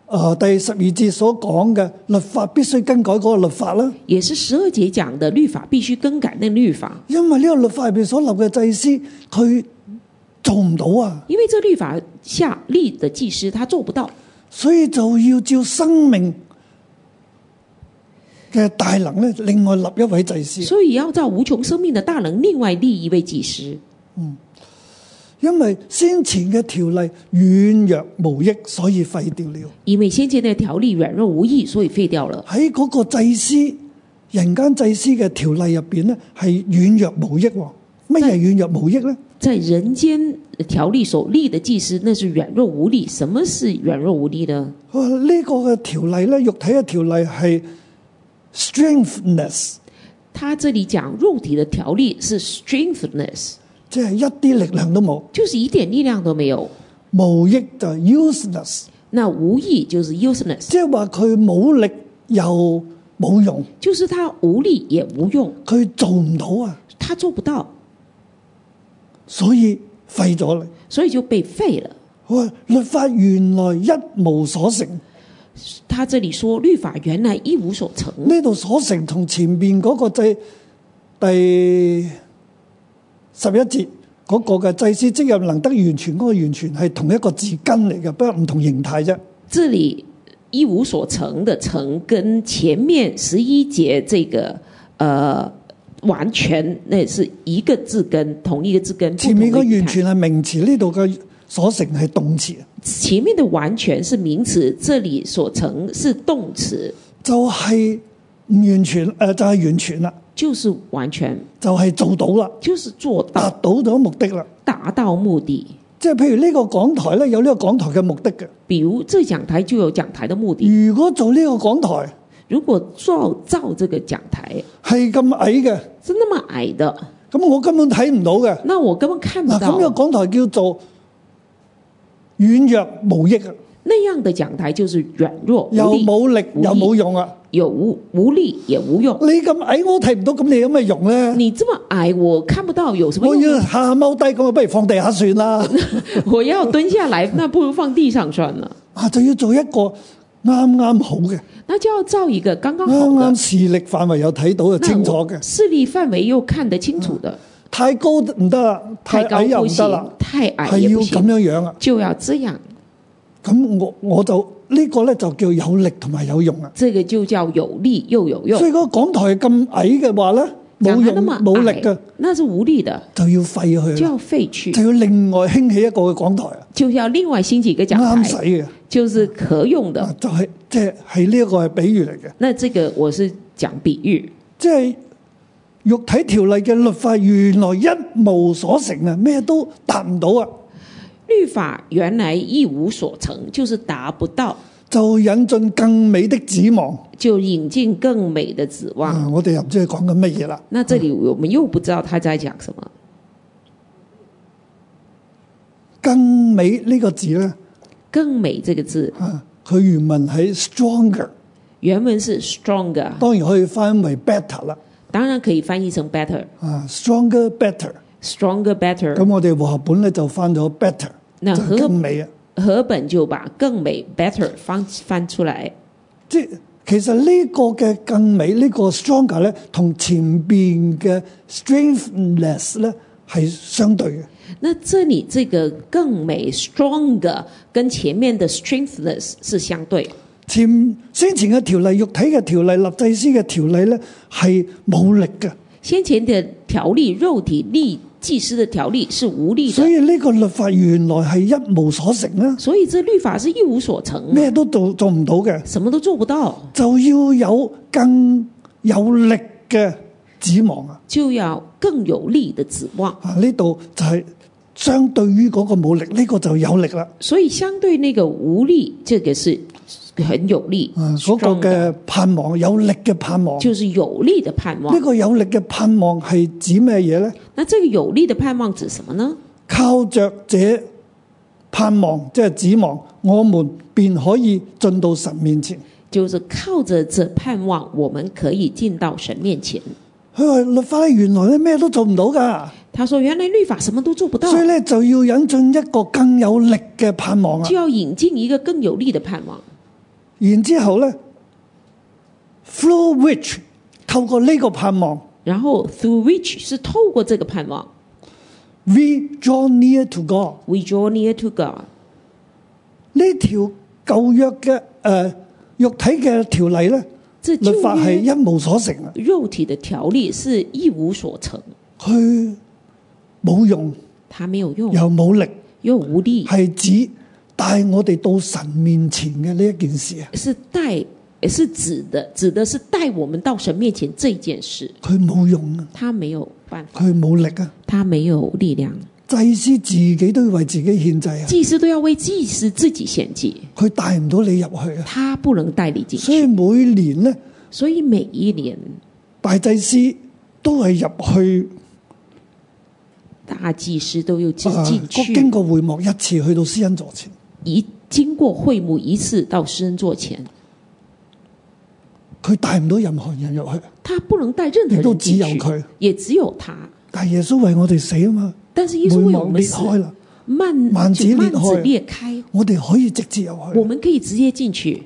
[SPEAKER 2] 呃第十二節所講嘅律法必須更改嗰個律法啦。
[SPEAKER 3] 也是十二节讲的律法必须更改那律法，
[SPEAKER 2] 因為呢個律法入邊所立嘅祭司，佢做唔到啊，
[SPEAKER 3] 因为这律法下立的祭司他做不到，
[SPEAKER 2] 所以就要照生命嘅大能咧，另外立一位祭司。
[SPEAKER 3] 所以要照无穷生命的大能，另外立一位祭司。
[SPEAKER 2] 因為先前嘅條例軟弱無益，所以廢掉了。
[SPEAKER 3] 因为先前的条例软弱无益，所以废掉了。
[SPEAKER 2] 喺嗰個祭司人間祭司嘅條例入邊咧，係軟弱無益喎。乜嘢係軟弱無益咧？
[SPEAKER 3] 在人间呃条例所立的祭司，那是软弱无力。什么是软弱无力呢？
[SPEAKER 2] 佢話哦呢個嘅條例咧，肉體嘅條例係 strengthness，
[SPEAKER 3] 他这里讲肉体的条例是 strengthness，
[SPEAKER 2] 即係一啲力量都冇。
[SPEAKER 3] 就是一点力量都没有。
[SPEAKER 2] 無益就係 useless，
[SPEAKER 3] 那无益就是 useless，
[SPEAKER 2] 即係話佢冇力又冇用，
[SPEAKER 3] 就是他无力也无用，
[SPEAKER 2] 佢做唔到啊，
[SPEAKER 3] 他做不到。
[SPEAKER 2] 所以廢咗嚟。
[SPEAKER 3] 所以就被废了。
[SPEAKER 2] 佢話律法原來一無所成，
[SPEAKER 3] 他这里说律法原来一无所成，
[SPEAKER 2] 呢度所成同前面嗰個祭第十一節嗰、個嘅祭司職任能得完全嗰、個完全係同一個字根嚟嘅，不過唔同形態啫。
[SPEAKER 3] 这里一无所成的成跟前面十一节这个呃完全那是一个字根，同一个字根。
[SPEAKER 2] 前面
[SPEAKER 3] 不
[SPEAKER 2] 個
[SPEAKER 3] 同的语
[SPEAKER 2] 完
[SPEAKER 3] 态
[SPEAKER 2] 全係名詞，呢度嘅所成係動詞，
[SPEAKER 3] 前面的完全是名词，这里所成是动词，
[SPEAKER 2] 就係唔完全誒、呃就係、完全啦，
[SPEAKER 3] 就是完全
[SPEAKER 2] 就係、做到啦，
[SPEAKER 3] 就是做
[SPEAKER 2] 達
[SPEAKER 3] 到
[SPEAKER 2] 到咗目的啦。
[SPEAKER 3] 达到目的。
[SPEAKER 2] 即係譬如呢個講台咧，有呢個講台嘅目的嘅。
[SPEAKER 3] 比如这讲台就有讲台的目的，
[SPEAKER 2] 如果做呢個講台
[SPEAKER 3] 如果照照这个讲台
[SPEAKER 2] 係咁矮嘅，
[SPEAKER 3] 是那么矮的，
[SPEAKER 2] 咁我根本睇唔到嘅。
[SPEAKER 3] 那我根本看不
[SPEAKER 2] 嗱，咁呢
[SPEAKER 3] 到。
[SPEAKER 2] 個講台叫做軟弱無益啊，
[SPEAKER 3] 那样的讲台就是软弱
[SPEAKER 2] 又
[SPEAKER 3] 无力，
[SPEAKER 2] 冇力
[SPEAKER 3] 無力
[SPEAKER 2] 又冇用啊！
[SPEAKER 3] 有无无力也无用。
[SPEAKER 2] 你咁矮我都睇唔到，咁你有咩用咧？
[SPEAKER 3] 你这么矮，我看不到有什么
[SPEAKER 2] 我
[SPEAKER 3] 用
[SPEAKER 2] 要。下下踎低，咁我不如放地下算啦。
[SPEAKER 3] 我要蹲 下来，那不如放地上算了。
[SPEAKER 2] 啊，就要做一個啱啱好嘅，
[SPEAKER 3] 那就要造一个刚刚好
[SPEAKER 2] 啱
[SPEAKER 3] 的
[SPEAKER 2] 啱，視力範圍有睇到就
[SPEAKER 3] 那
[SPEAKER 2] 嗯清楚
[SPEAKER 3] 我
[SPEAKER 2] 嘅。
[SPEAKER 3] 视力范围又看得清楚的。
[SPEAKER 2] 太高唔得啦，太
[SPEAKER 3] 太
[SPEAKER 2] 矮
[SPEAKER 3] 高
[SPEAKER 2] 又
[SPEAKER 3] 不
[SPEAKER 2] 唔得啦
[SPEAKER 3] 行，，太矮
[SPEAKER 2] 係
[SPEAKER 3] 也
[SPEAKER 2] 要
[SPEAKER 3] 不
[SPEAKER 2] 咁
[SPEAKER 3] 行，
[SPEAKER 2] 樣樣啊。
[SPEAKER 3] 就要这样。
[SPEAKER 2] 咁我我就呢、個咧就叫有力同埋有用啊。
[SPEAKER 3] 这个就叫有力又有啊用
[SPEAKER 2] 所。以嗰個講台咁矮嘅話咧，冇
[SPEAKER 3] 讲得
[SPEAKER 2] 用
[SPEAKER 3] 那么
[SPEAKER 2] 冇力
[SPEAKER 3] 矮
[SPEAKER 2] 嘅，
[SPEAKER 3] 那是无力的，
[SPEAKER 2] 就要廢佢
[SPEAKER 3] 就
[SPEAKER 2] 啦，
[SPEAKER 3] 要废去，
[SPEAKER 2] 就要另外興起一個嘅講台啊，
[SPEAKER 3] 就要另外兴起一个讲
[SPEAKER 2] 啱使
[SPEAKER 3] 台，
[SPEAKER 2] 嘅。
[SPEAKER 3] 就是可用
[SPEAKER 2] 啊
[SPEAKER 3] 的。
[SPEAKER 2] 就係即係係呢一個係比喻嚟嘅，
[SPEAKER 3] 那这个我是讲比喻，
[SPEAKER 2] 即係肉體條例嘅律法原來一無所成啊，咩都達唔到啊，
[SPEAKER 3] 律法原来一无所成，就是达不到，
[SPEAKER 2] 就引進更美的指望。
[SPEAKER 3] 就引进更美的指望。
[SPEAKER 2] 啊，我哋又唔知佢講緊乜嘢啦。
[SPEAKER 3] 那这里我们又不知道他在讲什么。
[SPEAKER 2] 更美呢個字咧，
[SPEAKER 3] 更美这个字
[SPEAKER 2] 啊，佢原文係 stronger，
[SPEAKER 3] 原文是 stronger，
[SPEAKER 2] 當然可以翻為 better 啦。
[SPEAKER 3] 当然可以翻译成 better。
[SPEAKER 2] 啊，stronger better，
[SPEAKER 3] Stronger better，
[SPEAKER 2] 咁我哋和合本咧就翻咗 better，
[SPEAKER 3] 那
[SPEAKER 2] 就
[SPEAKER 3] 和
[SPEAKER 2] 更美啊。
[SPEAKER 3] 和本就把更美 better 翻翻出来。
[SPEAKER 2] 即其實呢個嘅更美呢、個 stronger 咧，同前邊嘅 strengthless 咧係相對嘅。
[SPEAKER 3] 那这里这个更美 stronger 跟前面的 strengthless 是相对，
[SPEAKER 2] 前先前嘅條例、肉體嘅條例、立祭司嘅條例咧係冇力嘅，
[SPEAKER 3] 先前的条例肉体力祭司的条例是无力
[SPEAKER 2] 所
[SPEAKER 3] 的，
[SPEAKER 2] 以呢個律法原來係一無所成啦，
[SPEAKER 3] 所以这律法是一无所成的，
[SPEAKER 2] 咩都做做唔到嘅，
[SPEAKER 3] 什么都做不到，
[SPEAKER 2] 就要有更有力嘅指望啊！
[SPEAKER 3] 就要更有力的指望。
[SPEAKER 2] 啊，呢度就係相對於嗰個冇力，呢、個就有力啦。
[SPEAKER 3] 所以相对那个无力，这个是很有力
[SPEAKER 2] 啊，嗰、
[SPEAKER 3] strong
[SPEAKER 2] 個
[SPEAKER 3] 的，
[SPEAKER 2] 嘅盼望，有力嘅盼望。
[SPEAKER 3] 就是有力的盼
[SPEAKER 2] 呢
[SPEAKER 3] 望。
[SPEAKER 2] 個有力嘅盼望係指咩嘢呢？
[SPEAKER 3] 那这个有力的盼望指什么呢？
[SPEAKER 2] 靠着這盼望，即係指望，我們便可以進到神面前。
[SPEAKER 3] 就是靠着这盼望，我们可以进到神面前。
[SPEAKER 2] 佢話律法咧，原來咧咩都做唔到㗎，
[SPEAKER 3] 他说：“原来律法什么都做不到，
[SPEAKER 2] 所以咧就要引進一個更有力嘅盼望啊
[SPEAKER 3] 就！要引进一个更有力的盼望。
[SPEAKER 2] 然之後咧，through which 透過呢個盼望
[SPEAKER 3] 然后 through which 是透过这个盼望
[SPEAKER 2] ，we draw near to God。
[SPEAKER 3] ，we draw near to God。
[SPEAKER 2] 呢條舊約嘅誒、呃肉體嘅條例咧，
[SPEAKER 3] 这
[SPEAKER 2] 律法
[SPEAKER 3] 旧
[SPEAKER 2] 係一
[SPEAKER 3] 约
[SPEAKER 2] 無所成啊！
[SPEAKER 3] 肉体的条例是一无所成，
[SPEAKER 2] 佢冇用
[SPEAKER 3] 它没有用，
[SPEAKER 2] 又冇力，
[SPEAKER 3] 又无力，
[SPEAKER 2] 係指帶我哋到神面前嘅呢一件事啊！
[SPEAKER 3] 是带是指的，指的是带我们到神面前这件事，
[SPEAKER 2] 佢冇用啊，
[SPEAKER 3] 他没有办法，
[SPEAKER 2] 佢冇力啊！
[SPEAKER 3] 他没有力量。
[SPEAKER 2] 祭司自己都要為自己獻祭啊！
[SPEAKER 3] 祭司都要为祭司自己献祭，
[SPEAKER 2] 佢帶唔到你入去啊！
[SPEAKER 3] 他不能带你进
[SPEAKER 2] 所以
[SPEAKER 3] 去，
[SPEAKER 2] 每年咧，
[SPEAKER 3] 所以每一年
[SPEAKER 2] 大祭司都係入去
[SPEAKER 3] 大祭司都要进
[SPEAKER 2] 啊，
[SPEAKER 3] 进
[SPEAKER 2] 經
[SPEAKER 3] 去。
[SPEAKER 2] 經過會幕一次，去到施恩座前。
[SPEAKER 3] 一经过会幕一次到施恩座前，
[SPEAKER 2] 佢帶唔到任何人入去，
[SPEAKER 3] 他不能带任何
[SPEAKER 2] 亦都
[SPEAKER 3] 人
[SPEAKER 2] 只
[SPEAKER 3] 进
[SPEAKER 2] 有
[SPEAKER 3] 去，
[SPEAKER 2] 佢。
[SPEAKER 3] 也只有他。
[SPEAKER 2] 但耶穌為我哋死啊嘛，
[SPEAKER 3] 但是耶
[SPEAKER 2] 會
[SPEAKER 3] 稣为我
[SPEAKER 2] 幕
[SPEAKER 3] 们
[SPEAKER 2] 裂
[SPEAKER 3] 死，
[SPEAKER 2] 開啦，
[SPEAKER 3] 慢
[SPEAKER 2] 幔子
[SPEAKER 3] 就
[SPEAKER 2] 裂
[SPEAKER 3] 幔
[SPEAKER 2] 開
[SPEAKER 3] 子裂开，
[SPEAKER 2] 我哋可以直接入去
[SPEAKER 3] 我。们可以直接进去。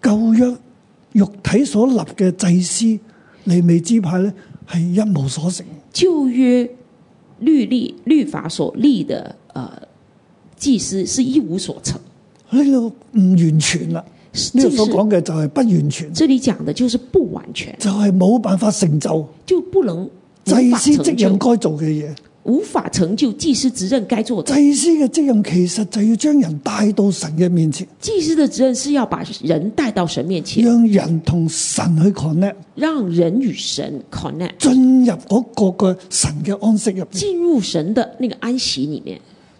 [SPEAKER 2] 舊約肉體所立嘅祭司利未支派咧，係一無所成。
[SPEAKER 3] 旧约律例律法所立的呃祭司是一无所成。
[SPEAKER 2] 呢度唔完全啦，呢
[SPEAKER 3] 这
[SPEAKER 2] 度
[SPEAKER 3] 是
[SPEAKER 2] 所講嘅就係不完全，
[SPEAKER 3] 这里讲的就是不完全，
[SPEAKER 2] 就係冇辦法成就
[SPEAKER 3] 就不能无
[SPEAKER 2] 祭
[SPEAKER 3] 法
[SPEAKER 2] 司
[SPEAKER 3] 成
[SPEAKER 2] 職任
[SPEAKER 3] 就，
[SPEAKER 2] 該做嘅嘢。
[SPEAKER 3] 无法成就祭司职任该做的。
[SPEAKER 2] 祭司嘅職任其實就要將人帶到神嘅面前，
[SPEAKER 3] 祭司的职任是要把人带到神面前，
[SPEAKER 2] 讓人同神去 connect，
[SPEAKER 3] 让人与神 connect，
[SPEAKER 2] 進入嗰個嘅神嘅安息入邊。
[SPEAKER 3] 进入神的那个安息里面。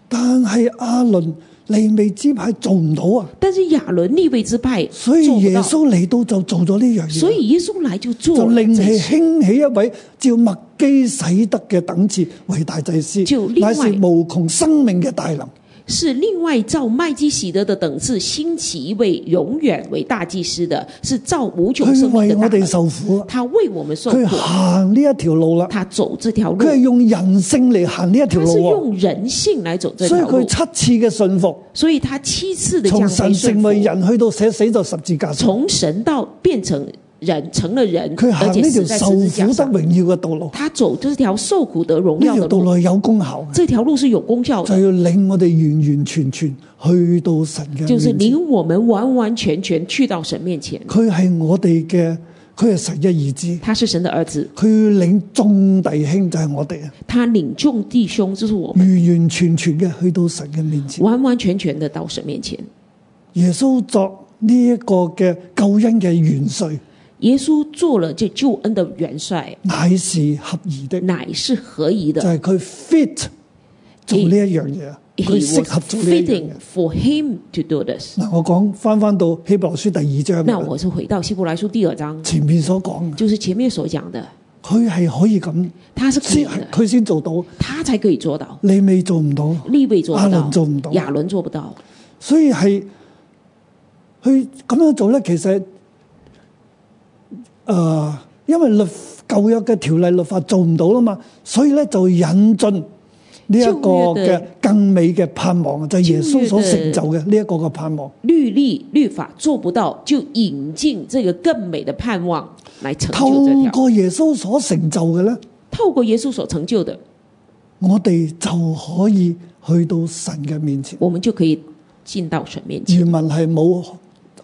[SPEAKER 2] 但係阿倫利未支派做唔到啊，
[SPEAKER 3] 但是亚伦立位之派
[SPEAKER 2] 所以
[SPEAKER 3] 做不
[SPEAKER 2] 耶
[SPEAKER 3] 到，
[SPEAKER 2] 穌嚟到就做咗呢樣嘢。
[SPEAKER 3] 所以耶稣来就做
[SPEAKER 2] 就
[SPEAKER 3] 了
[SPEAKER 2] 另
[SPEAKER 3] 这
[SPEAKER 2] 起
[SPEAKER 3] 些
[SPEAKER 2] 興起一位照麥基洗德嘅等次為大祭司
[SPEAKER 3] 就，另
[SPEAKER 2] 乃
[SPEAKER 3] 外
[SPEAKER 2] 是無窮生命嘅大能。
[SPEAKER 3] 是另外照麦基喜德的等次兴起一位永远为大祭司的，是照无穷
[SPEAKER 2] 佢
[SPEAKER 3] 生命
[SPEAKER 2] 為
[SPEAKER 3] 的
[SPEAKER 2] 我
[SPEAKER 3] 大
[SPEAKER 2] 哋
[SPEAKER 3] 能。
[SPEAKER 2] 受苦啊！
[SPEAKER 3] 他为我们受
[SPEAKER 2] 佢
[SPEAKER 3] 苦，
[SPEAKER 2] 行呢一條路啦，
[SPEAKER 3] 他走这条路
[SPEAKER 2] 佢係，用人性嚟行呢一條
[SPEAKER 3] 他是
[SPEAKER 2] 路啊！
[SPEAKER 3] 用人性来走这
[SPEAKER 2] 所以
[SPEAKER 3] 条
[SPEAKER 2] 佢
[SPEAKER 3] 路，
[SPEAKER 2] 七次嘅信服，
[SPEAKER 3] 所以他七次的
[SPEAKER 2] 從
[SPEAKER 3] 降
[SPEAKER 2] 神
[SPEAKER 3] 为
[SPEAKER 2] 成
[SPEAKER 3] 顺
[SPEAKER 2] 為
[SPEAKER 3] 服，
[SPEAKER 2] 人去到寫死就十字架上，
[SPEAKER 3] 从神到变成人，成了人，
[SPEAKER 2] 佢
[SPEAKER 3] 而
[SPEAKER 2] 行
[SPEAKER 3] 且
[SPEAKER 2] 呢
[SPEAKER 3] 死
[SPEAKER 2] 條
[SPEAKER 3] 在
[SPEAKER 2] 受
[SPEAKER 3] 十字架
[SPEAKER 2] 苦得
[SPEAKER 3] 上。
[SPEAKER 2] 榮耀嘅道路，
[SPEAKER 3] 他走这条受苦得荣
[SPEAKER 2] 呢
[SPEAKER 3] 耀
[SPEAKER 2] 條
[SPEAKER 3] 的
[SPEAKER 2] 道
[SPEAKER 3] 路，
[SPEAKER 2] 路係有功效嘅，
[SPEAKER 3] 这条路是有功效
[SPEAKER 2] 就
[SPEAKER 3] 的，
[SPEAKER 2] 要領我哋完完全全去到神嘅
[SPEAKER 3] 就
[SPEAKER 2] 面
[SPEAKER 3] 是
[SPEAKER 2] 前。
[SPEAKER 3] 领我们完完全全去到神面前。
[SPEAKER 2] 佢係我哋嘅，佢係神嘅兒子。
[SPEAKER 3] 他是神的儿子，
[SPEAKER 2] 佢領眾弟兄就係我哋啊，
[SPEAKER 3] 他领众弟兄，就是我们。
[SPEAKER 2] 完完全全嘅去到神嘅面前。
[SPEAKER 3] 完完全全的到神面前。
[SPEAKER 2] 耶穌作呢一個嘅救恩嘅元帥，
[SPEAKER 3] 耶稣做了这救恩的元帅，
[SPEAKER 2] 乃是合宜的，
[SPEAKER 3] 乃是合宜
[SPEAKER 2] 就
[SPEAKER 3] 的。
[SPEAKER 2] 係佢 fit 做呢一樣嘢，啊
[SPEAKER 3] He
[SPEAKER 2] 佢
[SPEAKER 3] was
[SPEAKER 2] 適合做呢一樣嘢
[SPEAKER 3] fitting。for him to do this。
[SPEAKER 2] 嗱，我講翻翻到希伯來書第二
[SPEAKER 3] 那
[SPEAKER 2] 章啊，
[SPEAKER 3] 我是回到希伯来书第二章，
[SPEAKER 2] 前面所講，
[SPEAKER 3] 就是前面所讲的，
[SPEAKER 2] 佢係可以咁
[SPEAKER 3] 他是可以
[SPEAKER 2] 先，
[SPEAKER 3] 的，
[SPEAKER 2] 佢先做到，
[SPEAKER 3] 他才可以做到。
[SPEAKER 2] 你未做唔到，
[SPEAKER 3] 立位做不
[SPEAKER 2] 亚伦做不
[SPEAKER 3] 到
[SPEAKER 2] 到，
[SPEAKER 3] 亚伦做不到，
[SPEAKER 2] 所以係佢咁樣做咧，其實誒、呃因為律舊約嘅條例律法做唔到啦嘛，所以咧就引進呢一個
[SPEAKER 3] 舊約
[SPEAKER 2] 嘅
[SPEAKER 3] 嘅
[SPEAKER 2] 更美嘅盼望，就係、耶穌所
[SPEAKER 3] 舊
[SPEAKER 2] 成
[SPEAKER 3] 約嘅
[SPEAKER 2] 就嘅呢一個嘅盼望。
[SPEAKER 3] 律例律法做不到，就引进这个更美的盼望来成
[SPEAKER 2] 透
[SPEAKER 3] 就这条。
[SPEAKER 2] 過耶穌所成就嘅咧，
[SPEAKER 3] 透過耶稣所成就的，
[SPEAKER 2] 我哋就可以去到神嘅面前。
[SPEAKER 3] 我们就可以进到神面前。
[SPEAKER 2] 原文係冇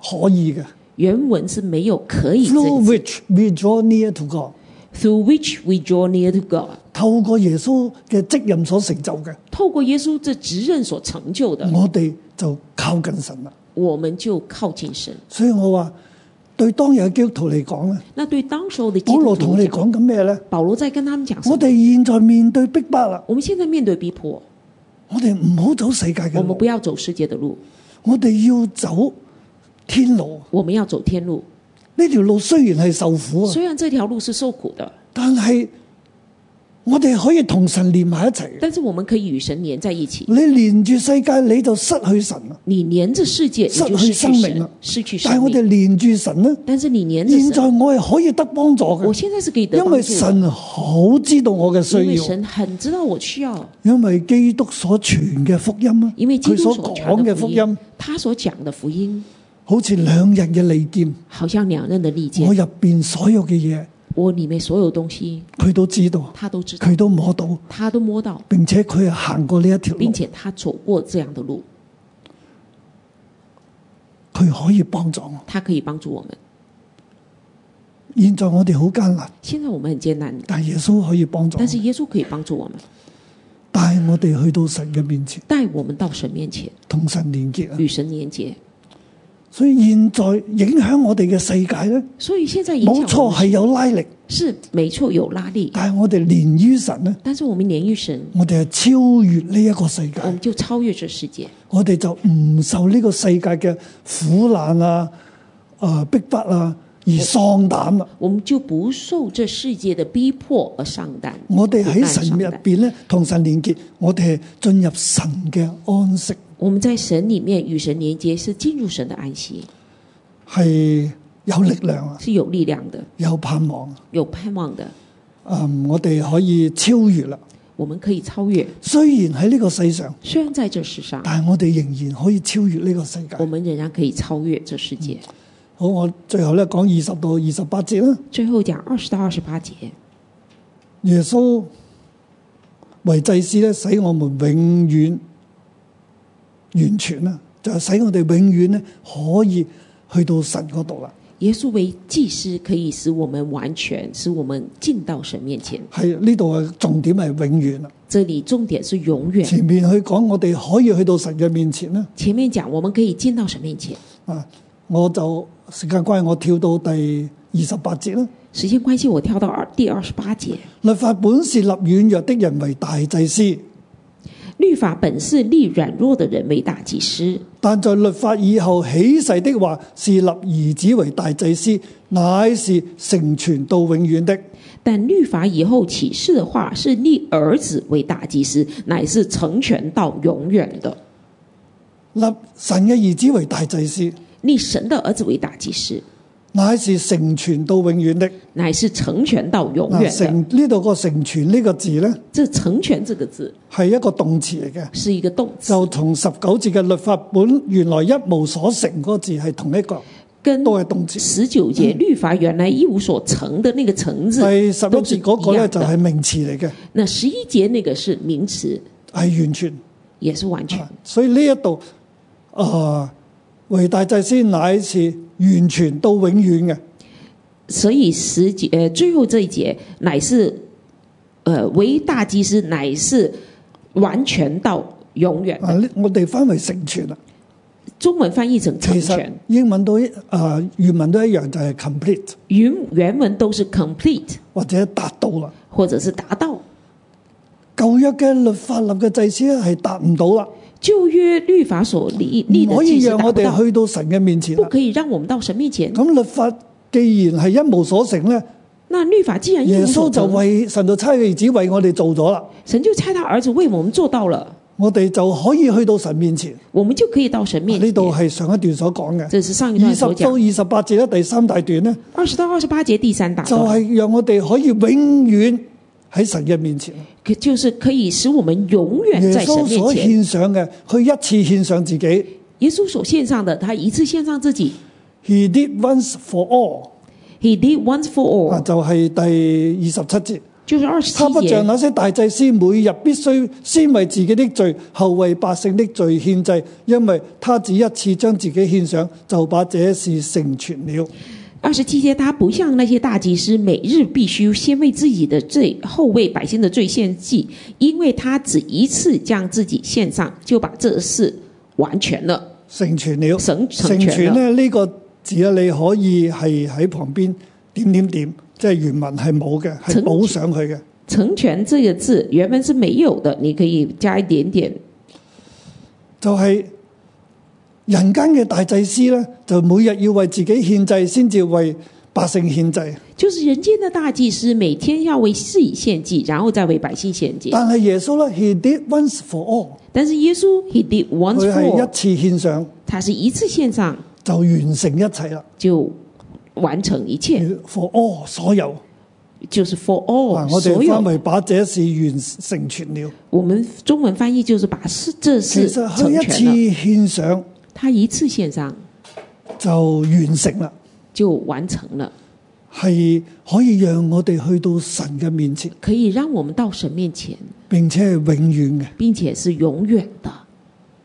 [SPEAKER 2] 可以嘅
[SPEAKER 3] 原文是没有可以这个
[SPEAKER 2] ，through
[SPEAKER 3] 字
[SPEAKER 2] which we draw near to God，
[SPEAKER 3] through which we draw near to God。
[SPEAKER 2] 透過耶穌嘅職任所成就嘅。
[SPEAKER 3] 透过耶稣这职任所成就的，
[SPEAKER 2] 我哋就靠近神啦。
[SPEAKER 3] 我们就靠近神。
[SPEAKER 2] 所以我話對當日嘅基督徒嚟講咧，
[SPEAKER 3] 那对当时候的基
[SPEAKER 2] 保羅
[SPEAKER 3] 督
[SPEAKER 2] 同
[SPEAKER 3] 徒
[SPEAKER 2] 我
[SPEAKER 3] 来
[SPEAKER 2] 哋
[SPEAKER 3] 讲，
[SPEAKER 2] 講緊咩咧？
[SPEAKER 3] 保罗在跟他们讲什
[SPEAKER 2] 我
[SPEAKER 3] 么？
[SPEAKER 2] 哋現在面對逼迫啦，
[SPEAKER 3] 我们现在面对逼迫，
[SPEAKER 2] 我哋唔好走世界嘅
[SPEAKER 3] 我们
[SPEAKER 2] 路
[SPEAKER 3] 不，要走世界的路，
[SPEAKER 2] 我哋要走天路。
[SPEAKER 3] 我們要走天路。
[SPEAKER 2] 呢條路雖然係受苦啊，
[SPEAKER 3] 虽然这条路是受苦的，
[SPEAKER 2] 但係我哋可以同神連埋一齊。
[SPEAKER 3] 但是我们可以与神连在一起。
[SPEAKER 2] 你連住世界，你就失去神啦。
[SPEAKER 3] 你连着世界，你就
[SPEAKER 2] 失去
[SPEAKER 3] 失
[SPEAKER 2] 生
[SPEAKER 3] 去
[SPEAKER 2] 命
[SPEAKER 3] 神
[SPEAKER 2] 了，
[SPEAKER 3] 失去
[SPEAKER 2] 啊但係
[SPEAKER 3] 生
[SPEAKER 2] 我哋
[SPEAKER 3] 命。
[SPEAKER 2] 連住神咧，
[SPEAKER 3] 但是你连着
[SPEAKER 2] 現在
[SPEAKER 3] 神，
[SPEAKER 2] 我係可以得幫助
[SPEAKER 3] 我
[SPEAKER 2] 嘅，
[SPEAKER 3] 现在是可以得
[SPEAKER 2] 因
[SPEAKER 3] 帮
[SPEAKER 2] 為
[SPEAKER 3] 助的，
[SPEAKER 2] 神好知道我嘅
[SPEAKER 3] 因
[SPEAKER 2] 需
[SPEAKER 3] 为
[SPEAKER 2] 要。
[SPEAKER 3] 神很知道我需要，
[SPEAKER 2] 因为基督所传嘅福音啊，
[SPEAKER 3] 因为基
[SPEAKER 2] 佢
[SPEAKER 3] 督
[SPEAKER 2] 所
[SPEAKER 3] 所
[SPEAKER 2] 讲
[SPEAKER 3] 传
[SPEAKER 2] 嘅
[SPEAKER 3] 的
[SPEAKER 2] 福
[SPEAKER 3] 福
[SPEAKER 2] 音
[SPEAKER 3] 音，，他所讲的福音，
[SPEAKER 2] 好似两刃嘅利剑，
[SPEAKER 3] 好像两刃的利剑
[SPEAKER 2] 我，入边所有嘅嘢，
[SPEAKER 3] 我里面所有东西，
[SPEAKER 2] 佢都知道，
[SPEAKER 3] 他都知道。
[SPEAKER 2] 佢都摸到，
[SPEAKER 3] 他都摸到，
[SPEAKER 2] 并且佢系行过呢一条路
[SPEAKER 3] 并，且他走过这样的路，
[SPEAKER 2] 佢可以帮助我。
[SPEAKER 3] 他可以帮助我们。
[SPEAKER 2] 现在我哋好艰难，
[SPEAKER 3] 现在我们很艰难，
[SPEAKER 2] 但耶稣可以帮助我
[SPEAKER 3] 但，是耶稣可以帮助我们，
[SPEAKER 2] 带我哋去到神嘅面前，
[SPEAKER 3] 带我们到神面前，
[SPEAKER 2] 同神连结啊！
[SPEAKER 3] 与神连接。
[SPEAKER 2] 所以现在影响我哋嘅世界咧，
[SPEAKER 3] 所以现在影
[SPEAKER 2] 冇
[SPEAKER 3] 响我
[SPEAKER 2] 错
[SPEAKER 3] 们
[SPEAKER 2] 系有拉力，
[SPEAKER 3] 是没错有拉力，
[SPEAKER 2] 但系我哋连于神咧，
[SPEAKER 3] 但是我们连于神，
[SPEAKER 2] 我哋系超越呢一个世界
[SPEAKER 3] 我。们就超越这世界，
[SPEAKER 2] 我哋就唔受呢個世界嘅苦難啊、啊逼迫啊而喪膽啊啦。
[SPEAKER 3] 我们就不受这世界的逼迫而上当。
[SPEAKER 2] 我哋喺神
[SPEAKER 3] 苦
[SPEAKER 2] 入
[SPEAKER 3] 难上当
[SPEAKER 2] 邊咧，同神連結，我哋係進入神嘅安息，
[SPEAKER 3] 我们在神里面与神连接，是进入神的安息，
[SPEAKER 2] 係有力量啊，
[SPEAKER 3] 是有力量的，
[SPEAKER 2] 有盼望啊。
[SPEAKER 3] 有盼望的。
[SPEAKER 2] 嗯，我哋可以超越啦。
[SPEAKER 3] 我们可以超越，
[SPEAKER 2] 雖然喺呢個世上，
[SPEAKER 3] 虽然在这世上，
[SPEAKER 2] 但係我哋仍然可以超越呢個世界
[SPEAKER 3] 我。们仍然可以超越这世界。
[SPEAKER 2] 好，我最後咧講二十到二十八節啦。
[SPEAKER 3] 最后讲二十到二十八节，
[SPEAKER 2] 耶穌為祭司咧，使我們永遠完全啦，就係使我哋永遠咧可以去到神嗰度啦。
[SPEAKER 3] 耶稣为祭司，可以使我们完全，使我们进到神面前。
[SPEAKER 2] 係呢度嘅重點係永遠啦。
[SPEAKER 3] 这里重点是永远。
[SPEAKER 2] 前面去講我哋可以去到神嘅面前咧，
[SPEAKER 3] 前面讲我们可以进到神面前，
[SPEAKER 2] 啊，我就時間關係，我跳到第二十八節啦。
[SPEAKER 3] 时间关系，我跳到二第二十八节。
[SPEAKER 2] 律法本是立軟弱的人為大祭司，
[SPEAKER 3] 律法本是立软弱的人为大祭司，
[SPEAKER 2] 但在律法以後起誓的話，是立兒子為大祭司，乃是成全到永遠的。
[SPEAKER 3] 但律法以后启示的话是立儿子为大祭司，乃是成全到永远的。
[SPEAKER 2] 立神嘅兒子為大祭司，
[SPEAKER 3] 立神的儿子为大祭司，
[SPEAKER 2] 乃是成全到永遠的。
[SPEAKER 3] 乃是成全到永
[SPEAKER 2] 嗱，
[SPEAKER 3] 远的。
[SPEAKER 2] 成呢度個成全呢個字呢，
[SPEAKER 3] 这“成全”这个字
[SPEAKER 2] 係一個動詞嚟嘅，
[SPEAKER 3] 是一个动词，
[SPEAKER 2] 就同十九節嘅律法本原來一無所成嗰個字係同一個，
[SPEAKER 3] 跟
[SPEAKER 2] 都係動詞。
[SPEAKER 3] 十九节律法原来一无所成的那个“成”字
[SPEAKER 2] 第十一
[SPEAKER 3] 嗯都是一
[SPEAKER 2] 節嗰個呢，
[SPEAKER 3] 样
[SPEAKER 2] 就
[SPEAKER 3] 的。
[SPEAKER 2] 係名詞嚟嘅，
[SPEAKER 3] 那十一节那个是名词，
[SPEAKER 2] 係完全。
[SPEAKER 3] 也是完全。
[SPEAKER 2] 所以呢一度啊，為大祭司乃是完全到永遠嘅，
[SPEAKER 3] 所以十节呃最后这一节乃是呃为大祭司乃是完全到永远。
[SPEAKER 2] 啊，呢我哋翻為成全啦。
[SPEAKER 3] 中文翻译成成
[SPEAKER 2] 其
[SPEAKER 3] 全
[SPEAKER 2] 實，英文都一啊、原文都一樣，就係 complete
[SPEAKER 3] 原原文都是 complete
[SPEAKER 2] 或者達到啦。
[SPEAKER 3] 或者是达到。
[SPEAKER 2] 舊約嘅律法立嘅祭司咧係達唔到啦，
[SPEAKER 3] 旧约律法所立立
[SPEAKER 2] 唔
[SPEAKER 3] 的
[SPEAKER 2] 可以
[SPEAKER 3] 祭司
[SPEAKER 2] 讓
[SPEAKER 3] 达
[SPEAKER 2] 我
[SPEAKER 3] 不
[SPEAKER 2] 哋
[SPEAKER 3] 到，
[SPEAKER 2] 去到神嘅面前
[SPEAKER 3] 不
[SPEAKER 2] 啦。
[SPEAKER 3] 可以让我们到神面前。
[SPEAKER 2] 咁律法既然係一無所成咧，
[SPEAKER 3] 那律法既然一
[SPEAKER 2] 耶
[SPEAKER 3] 无所
[SPEAKER 2] 穌就
[SPEAKER 3] 成，
[SPEAKER 2] 為神就差佢兒子為我哋做咗啦，
[SPEAKER 3] 神就差他儿子为我们做到了，
[SPEAKER 2] 我哋就可以去到神面前。
[SPEAKER 3] 我们就可以到神面
[SPEAKER 2] 呢
[SPEAKER 3] 前。
[SPEAKER 2] 度係上一段所講嘅。
[SPEAKER 3] 这是上一
[SPEAKER 2] 二
[SPEAKER 3] 段
[SPEAKER 2] 十
[SPEAKER 3] 所
[SPEAKER 2] 到
[SPEAKER 3] 讲，
[SPEAKER 2] 二十八節咧，第三大段咧，
[SPEAKER 3] 二十到二十八节第三大
[SPEAKER 2] 就
[SPEAKER 3] 段，
[SPEAKER 2] 係讓我哋可以永遠喺神嘅面前。
[SPEAKER 3] 可就是可以使我们永远
[SPEAKER 2] 耶
[SPEAKER 3] 在神
[SPEAKER 2] 穌
[SPEAKER 3] 面
[SPEAKER 2] 所
[SPEAKER 3] 前。
[SPEAKER 2] 獻上嘅，佢一次獻上自己
[SPEAKER 3] 耶稣所献上的，他一次献上自己
[SPEAKER 2] ，He did once for all
[SPEAKER 3] ，He did once
[SPEAKER 2] 啊，
[SPEAKER 3] for all，
[SPEAKER 2] 就係第二十七節。
[SPEAKER 3] 就是二十
[SPEAKER 2] 他
[SPEAKER 3] 七
[SPEAKER 2] 不像
[SPEAKER 3] 节。
[SPEAKER 2] 那些大祭司，每日必須先為自己的罪，後為百姓的罪獻祭，因為他只一次將自己獻上，就把這事成全了。
[SPEAKER 3] 二十七节，他不像那些大祭司，每日必须先为自己的罪，后为百姓的罪献祭，因为他只一次将自己献上，就把这事完全了，
[SPEAKER 2] 成全了，
[SPEAKER 3] 成
[SPEAKER 2] 成
[SPEAKER 3] 成全
[SPEAKER 2] 全
[SPEAKER 3] 了。
[SPEAKER 2] 咧呢、個字咧，你可以係喺旁邊點點點，即係原文係冇嘅，係
[SPEAKER 3] 成
[SPEAKER 2] 補上去嘅。
[SPEAKER 3] 成全这个字原本是没有的，你可以加一点点。
[SPEAKER 2] 就係人間嘅大祭司咧，就每日要為自己獻祭，先至為百姓獻祭。
[SPEAKER 3] 就是人间的大祭司每天要为自己献祭，然后再为百姓献祭。
[SPEAKER 2] 但係耶穌咧，He did once for all，
[SPEAKER 3] 但是耶穌 he did once
[SPEAKER 2] 佢
[SPEAKER 3] for，all，
[SPEAKER 2] Oh，係一次獻上
[SPEAKER 3] 他是一次献上
[SPEAKER 2] 就完成一切啦。
[SPEAKER 3] 就完成一切，
[SPEAKER 2] for all 所有，
[SPEAKER 3] 就是 for
[SPEAKER 2] 嗱
[SPEAKER 3] all
[SPEAKER 2] 啊我
[SPEAKER 3] 哦所
[SPEAKER 2] 哋翻
[SPEAKER 3] 有。
[SPEAKER 2] 為把這事完成全了。
[SPEAKER 3] 我们中文翻译就是把事这
[SPEAKER 2] 其
[SPEAKER 3] 事
[SPEAKER 2] 實佢
[SPEAKER 3] 成全了，
[SPEAKER 2] 一次獻上
[SPEAKER 3] 他一次献上
[SPEAKER 2] 就完成啦。
[SPEAKER 3] 就完成了，
[SPEAKER 2] 係可以讓我哋去到神嘅面前，
[SPEAKER 3] 可以讓我們到神面前，
[SPEAKER 2] 並且係永遠嘅。
[SPEAKER 3] 並且是永遠的。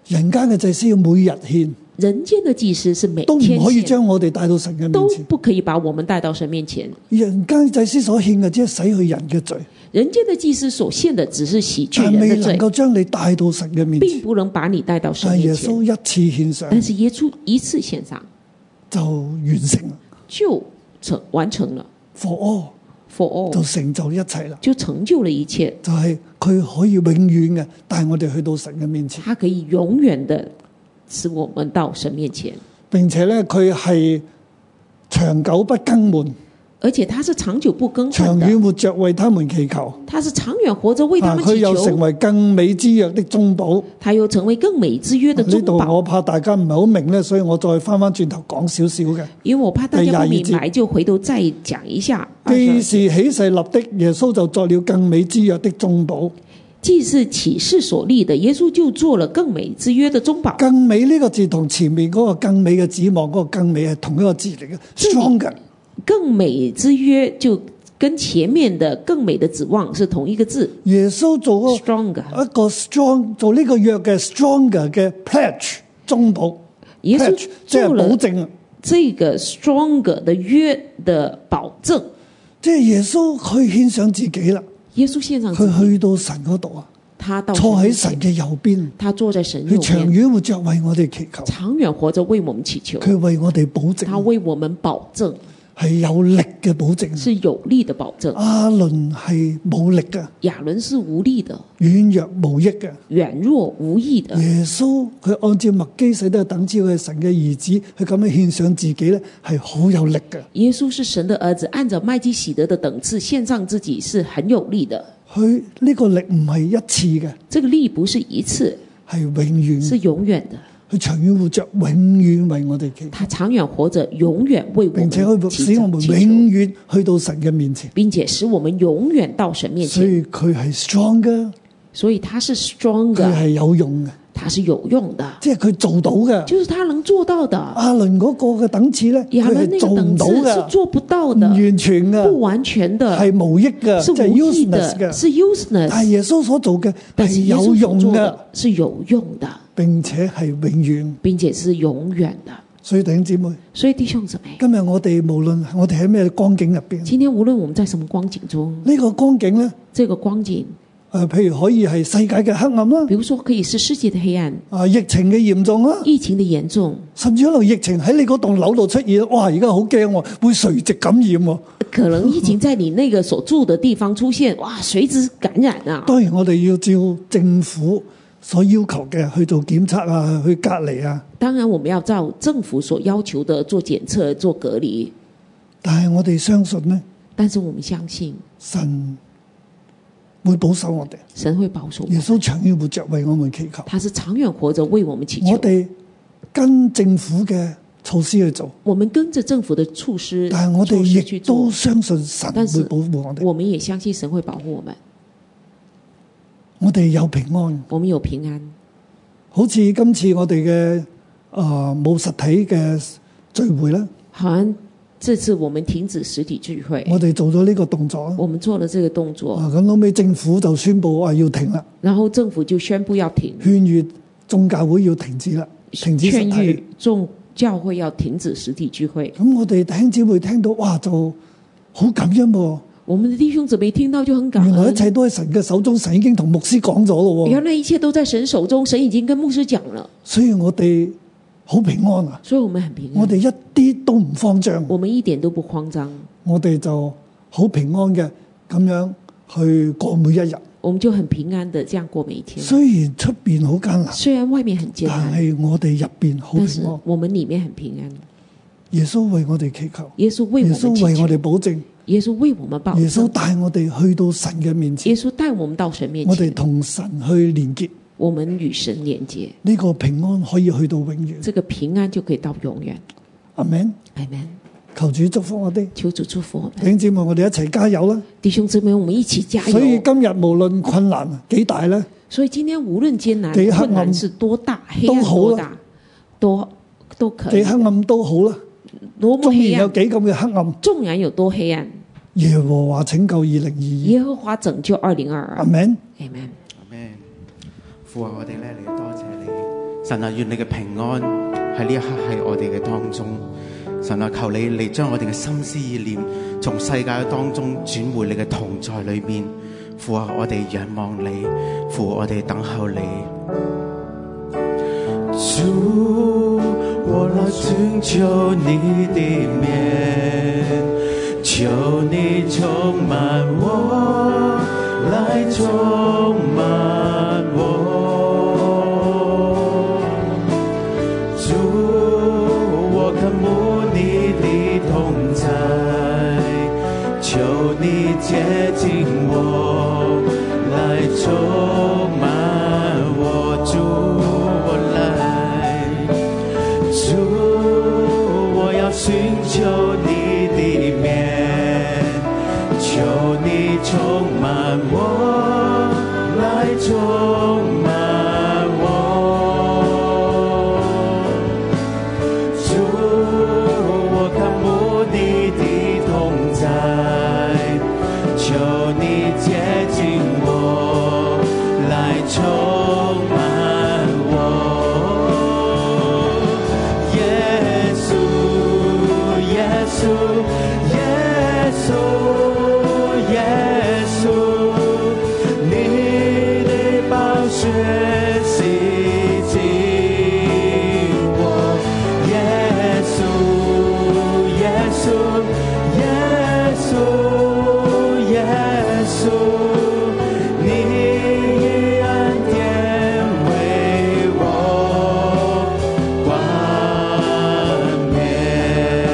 [SPEAKER 2] 人間嘅祭司要每日獻，
[SPEAKER 3] 人间的祭司是每
[SPEAKER 2] 都
[SPEAKER 3] 天
[SPEAKER 2] 唔可以
[SPEAKER 3] 献
[SPEAKER 2] 將我哋帶到神嘅面
[SPEAKER 3] 都
[SPEAKER 2] 前。
[SPEAKER 3] 不可以把我們帶到神面前。
[SPEAKER 2] 人間祭司所獻嘅只係洗去人嘅罪，
[SPEAKER 3] 人间的祭司所献的只是洗去
[SPEAKER 2] 但
[SPEAKER 3] 人
[SPEAKER 2] 未
[SPEAKER 3] 的
[SPEAKER 2] 能
[SPEAKER 3] 罪，
[SPEAKER 2] 夠將你帶到神嘅面
[SPEAKER 3] 並
[SPEAKER 2] 前。
[SPEAKER 3] 不能把你帶到神
[SPEAKER 2] 但耶哎
[SPEAKER 3] 面前
[SPEAKER 2] 穌。一次獻
[SPEAKER 3] 但
[SPEAKER 2] 上
[SPEAKER 3] 是耶穌一次献上
[SPEAKER 2] 就完成啦
[SPEAKER 3] 就成完成了
[SPEAKER 2] ，for all
[SPEAKER 3] for all，
[SPEAKER 2] 就成就一切啦。
[SPEAKER 3] 就成就了一切。
[SPEAKER 2] 就係佢可以永遠嘅帶我哋去到神嘅面前，
[SPEAKER 3] 他可以永远的使我们到神面前，
[SPEAKER 2] 並且咧佢係長久不更換，
[SPEAKER 3] 而且他是长久不更换
[SPEAKER 2] 長
[SPEAKER 3] 的，
[SPEAKER 2] 遠活着為他們祈求。
[SPEAKER 3] 他是长远活着为他
[SPEAKER 2] 啊！
[SPEAKER 3] 们
[SPEAKER 2] 佢
[SPEAKER 3] 祈
[SPEAKER 2] 又成
[SPEAKER 3] 求，
[SPEAKER 2] 為更美之約的中保。
[SPEAKER 3] 他又成为更美之约的
[SPEAKER 2] 呢
[SPEAKER 3] 中
[SPEAKER 2] 度
[SPEAKER 3] 保。
[SPEAKER 2] 我怕大家唔係好明咧，所以我再翻翻轉頭講少少嘅。
[SPEAKER 3] 因为我怕大
[SPEAKER 2] 第
[SPEAKER 3] 家
[SPEAKER 2] 廿
[SPEAKER 3] 不
[SPEAKER 2] 二
[SPEAKER 3] 明白，就回头再讲一下。啊二十
[SPEAKER 2] 既
[SPEAKER 3] 二
[SPEAKER 2] 是起誓立的，耶穌就作了更美之約的中保。
[SPEAKER 3] 既是启示所立的，耶稣就做了更美之约的中保。
[SPEAKER 2] 更美呢個字同前面嗰個更美嘅指望嗰、個更美係同一個字嚟嘅，stronger。
[SPEAKER 3] 嗯更美之约就跟前面的更美的指望是同一个字
[SPEAKER 2] 耶穌做嗰
[SPEAKER 3] ，stronger。
[SPEAKER 2] 個一個 strong 做呢個約嘅 stronger 嘅 pledge 中保
[SPEAKER 3] 耶稣
[SPEAKER 2] pledge 即係
[SPEAKER 3] 做
[SPEAKER 2] 保
[SPEAKER 3] 了
[SPEAKER 2] 證啊！
[SPEAKER 3] 这个 stronger 的约的保证，
[SPEAKER 2] 即係耶穌佢獻上自己啦，
[SPEAKER 3] 耶稣献上自
[SPEAKER 2] 佢
[SPEAKER 3] 己，
[SPEAKER 2] 去到神嗰度啊，
[SPEAKER 3] 他到
[SPEAKER 2] 坐喺
[SPEAKER 3] 神
[SPEAKER 2] 神
[SPEAKER 3] 面前，
[SPEAKER 2] 嘅右邊，
[SPEAKER 3] 他坐在神
[SPEAKER 2] 佢
[SPEAKER 3] 右
[SPEAKER 2] 長
[SPEAKER 3] 边，
[SPEAKER 2] 遠活着為我哋祈求，
[SPEAKER 3] 长远活着为我们祈求，
[SPEAKER 2] 佢為我哋保
[SPEAKER 3] 他
[SPEAKER 2] 證
[SPEAKER 3] 为我们保证
[SPEAKER 2] 係有力嘅保證。啊
[SPEAKER 3] 是有力的保证。
[SPEAKER 2] 阿倫係冇力嘅，
[SPEAKER 3] 亚伦是无力的，
[SPEAKER 2] 軟弱無益嘅。
[SPEAKER 3] 软弱无益的。
[SPEAKER 2] 耶穌佢按照麥基洗德等超佢係神嘅兒子，佢咁樣獻上自己咧係好有力嘅。
[SPEAKER 3] 耶稣是神的儿子，按照麦基喜德的等次献上自己是很有力的。
[SPEAKER 2] 佢呢個力唔係一次嘅，
[SPEAKER 3] 这个力不是一次，
[SPEAKER 2] 係永遠。
[SPEAKER 3] 是永远的。
[SPEAKER 2] 佢長遠活着，永遠為我哋祈求，
[SPEAKER 3] 他长远活着，永远为我
[SPEAKER 2] 並
[SPEAKER 3] 们
[SPEAKER 2] 且佢
[SPEAKER 3] 祈
[SPEAKER 2] 使我
[SPEAKER 3] 求
[SPEAKER 2] 們，永遠去到神嘅面前。
[SPEAKER 3] 并且使我们永远到神面
[SPEAKER 2] 所
[SPEAKER 3] 前。
[SPEAKER 2] 以佢係 strong 嘅，
[SPEAKER 3] 所以他是
[SPEAKER 2] 佢
[SPEAKER 3] strong，
[SPEAKER 2] 係有用嘅，
[SPEAKER 3] 他是有用的，
[SPEAKER 2] 即係佢做到嘅。
[SPEAKER 3] 就是他能做到的。
[SPEAKER 2] 阿倫嗰個嘅等次咧，
[SPEAKER 3] 亚
[SPEAKER 2] 佢
[SPEAKER 3] 伦那
[SPEAKER 2] 係
[SPEAKER 3] 个
[SPEAKER 2] 做唔
[SPEAKER 3] 等
[SPEAKER 2] 到
[SPEAKER 3] 次是
[SPEAKER 2] 嘅，
[SPEAKER 3] 做不到
[SPEAKER 2] 唔
[SPEAKER 3] 的，
[SPEAKER 2] 完全
[SPEAKER 3] 不
[SPEAKER 2] 嘅，
[SPEAKER 3] 完全的，
[SPEAKER 2] 係無益嘅，
[SPEAKER 3] 是
[SPEAKER 2] 即係
[SPEAKER 3] 无益
[SPEAKER 2] useless 嘅。但
[SPEAKER 3] 的，哎是 useless。
[SPEAKER 2] 係耶穌所做嘅
[SPEAKER 3] 但
[SPEAKER 2] 係
[SPEAKER 3] 是耶
[SPEAKER 2] 有
[SPEAKER 3] 稣所
[SPEAKER 2] 用
[SPEAKER 3] 做
[SPEAKER 2] 嘅。
[SPEAKER 3] 的是有用的，
[SPEAKER 2] 並且係永遠。
[SPEAKER 3] 并且是永远的。
[SPEAKER 2] 所以弟兄姊妹，
[SPEAKER 3] 所以弟兄姊妹。
[SPEAKER 2] 今日我哋無論我哋喺咩光景入邊，
[SPEAKER 3] 今天无论我们在什么光景中，
[SPEAKER 2] 呢、個光景呢，
[SPEAKER 3] 这个光景，
[SPEAKER 2] 誒、呃譬如可以係世界嘅黑暗啦，
[SPEAKER 3] 比如说可以是世界的黑暗、
[SPEAKER 2] 啊，疫情嘅嚴重啦，
[SPEAKER 3] 疫情的严重，
[SPEAKER 2] 甚至可能疫情喺你嗰棟樓度出現，哇！而家好驚喎，會垂直感染喎、
[SPEAKER 3] 可能疫情在你那个所住的地方出現，哇，随之感染啊！
[SPEAKER 2] 當然我哋要照政府所要求嘅去做檢測啊，去隔離啊。
[SPEAKER 3] 当然，我们要照政府所要求的做检测、做隔离，
[SPEAKER 2] 但係我哋相信呢，
[SPEAKER 3] 但是我们相信
[SPEAKER 2] 神會保守我哋。
[SPEAKER 3] 神会保守我
[SPEAKER 2] 耶
[SPEAKER 3] 们，
[SPEAKER 2] 穌長遠活着為我們祈求，
[SPEAKER 3] 他是长远活着为我们祈求
[SPEAKER 2] 我。哋跟政府嘅措施去做。
[SPEAKER 3] 我们跟着政府的措施
[SPEAKER 2] 但係我哋
[SPEAKER 3] 措施去
[SPEAKER 2] 亦都
[SPEAKER 3] 做，
[SPEAKER 2] 相信神
[SPEAKER 3] 但
[SPEAKER 2] 會
[SPEAKER 3] 是
[SPEAKER 2] 保護我哋，
[SPEAKER 3] 我们也相信神会保护我们，
[SPEAKER 2] 我哋有平安。
[SPEAKER 3] 我们有平安。
[SPEAKER 2] 好似今次我哋嘅啊冇實體嘅聚會啦，
[SPEAKER 3] 好像这次我们停止实体聚会，
[SPEAKER 2] 我哋做咗呢個動作啦。
[SPEAKER 3] 我们做了这个动作。
[SPEAKER 2] 啊，咁後尾政府就宣布啊要停啦，
[SPEAKER 3] 然后政府就宣布要停，
[SPEAKER 2] 勸喻眾教會要停止啦，停止實
[SPEAKER 3] 劝
[SPEAKER 2] 體。
[SPEAKER 3] 喻众教会要停止实体聚会。
[SPEAKER 2] 咁我哋弟兄姊妹聽到哇就好感恩喎、
[SPEAKER 3] 我们的弟兄姊妹听到就很感
[SPEAKER 2] 原來一
[SPEAKER 3] 恩，
[SPEAKER 2] 切都喺神嘅手中，神已經同牧師講咗咯喎，
[SPEAKER 3] 原来一切都在神手中，神已经跟牧师讲了，
[SPEAKER 2] 所以我哋好平安啊！
[SPEAKER 3] 所以我们很平
[SPEAKER 2] 我
[SPEAKER 3] 安，
[SPEAKER 2] 哋一啲都唔慌張。
[SPEAKER 3] 我们一点都不慌张，
[SPEAKER 2] 我哋就好平安嘅咁樣去過每一日。
[SPEAKER 3] 我们就很平安的这样过每一天。
[SPEAKER 2] 雖然出邊好艱難，
[SPEAKER 3] 虽然外面很艰
[SPEAKER 2] 但
[SPEAKER 3] 难，
[SPEAKER 2] 係我哋入邊好
[SPEAKER 3] 但是
[SPEAKER 2] 平安。
[SPEAKER 3] 我们里面很平安。
[SPEAKER 2] 耶穌為我哋祈求，
[SPEAKER 3] 耶稣为我
[SPEAKER 2] 耶
[SPEAKER 3] 们
[SPEAKER 2] 穌
[SPEAKER 3] 祈
[SPEAKER 2] 為我
[SPEAKER 3] 求，
[SPEAKER 2] 哋保證，
[SPEAKER 3] 耶稣为我们保
[SPEAKER 2] 耶穌
[SPEAKER 3] 证，
[SPEAKER 2] 帶我哋去到神嘅面前，
[SPEAKER 3] 耶稣带我们到神面
[SPEAKER 2] 我哋
[SPEAKER 3] 前，
[SPEAKER 2] 同神去連結，
[SPEAKER 3] 我们与神连接，
[SPEAKER 2] 呢、個平安可以去到永遠。
[SPEAKER 3] 这个平安就可以到永远。
[SPEAKER 2] 阿 Man，
[SPEAKER 3] 阿门。
[SPEAKER 2] 求主祝福我哋。
[SPEAKER 3] 求主祝福我们
[SPEAKER 2] 弟。兄姊妹，我哋一齊加油啦！
[SPEAKER 3] 弟兄姊妹，我们一起加油。
[SPEAKER 2] 所以今日無論困難幾大呢，
[SPEAKER 3] 所以今天无论艰难
[SPEAKER 2] 几黑暗
[SPEAKER 3] 困难是多大，黑
[SPEAKER 2] 都
[SPEAKER 3] 暗
[SPEAKER 2] 好啦
[SPEAKER 3] 多大，都都可
[SPEAKER 2] 幾
[SPEAKER 3] 以。
[SPEAKER 2] 黑暗都好啦，
[SPEAKER 3] 多么
[SPEAKER 2] 縱
[SPEAKER 3] 黑
[SPEAKER 2] 然有
[SPEAKER 3] 暗，
[SPEAKER 2] 幾咁嘅黑暗，
[SPEAKER 3] 纵然有多黑暗，
[SPEAKER 2] 耶和華拯救二零二
[SPEAKER 3] 耶和华拯救二零二
[SPEAKER 2] 二。阿
[SPEAKER 3] 二。
[SPEAKER 2] Man。
[SPEAKER 3] Amen。
[SPEAKER 4] 咩？父啊，我哋咧嚟多謝你，神啊，願你嘅平安喺呢一刻喺我哋嘅當中。神啊，求你嚟將我哋嘅心思意念從世界嘅當中轉回你嘅同在裏面。父啊，我哋仰望你，父，啊我哋等候你。主，我来寻求你的面，求你充满我，来充满我。主，我渴慕你的同在。
[SPEAKER 5] 你接近我，来充满我，主我来，主我要寻求你的面，求你充满我，来充满我。主，我看慕你的同在，求你接近我，来充满我。耶稣，耶稣，耶稣，耶稣，你的宝血洗净我。耶稣，耶稣，耶稣，耶稣，你以恩典为我。冠冕。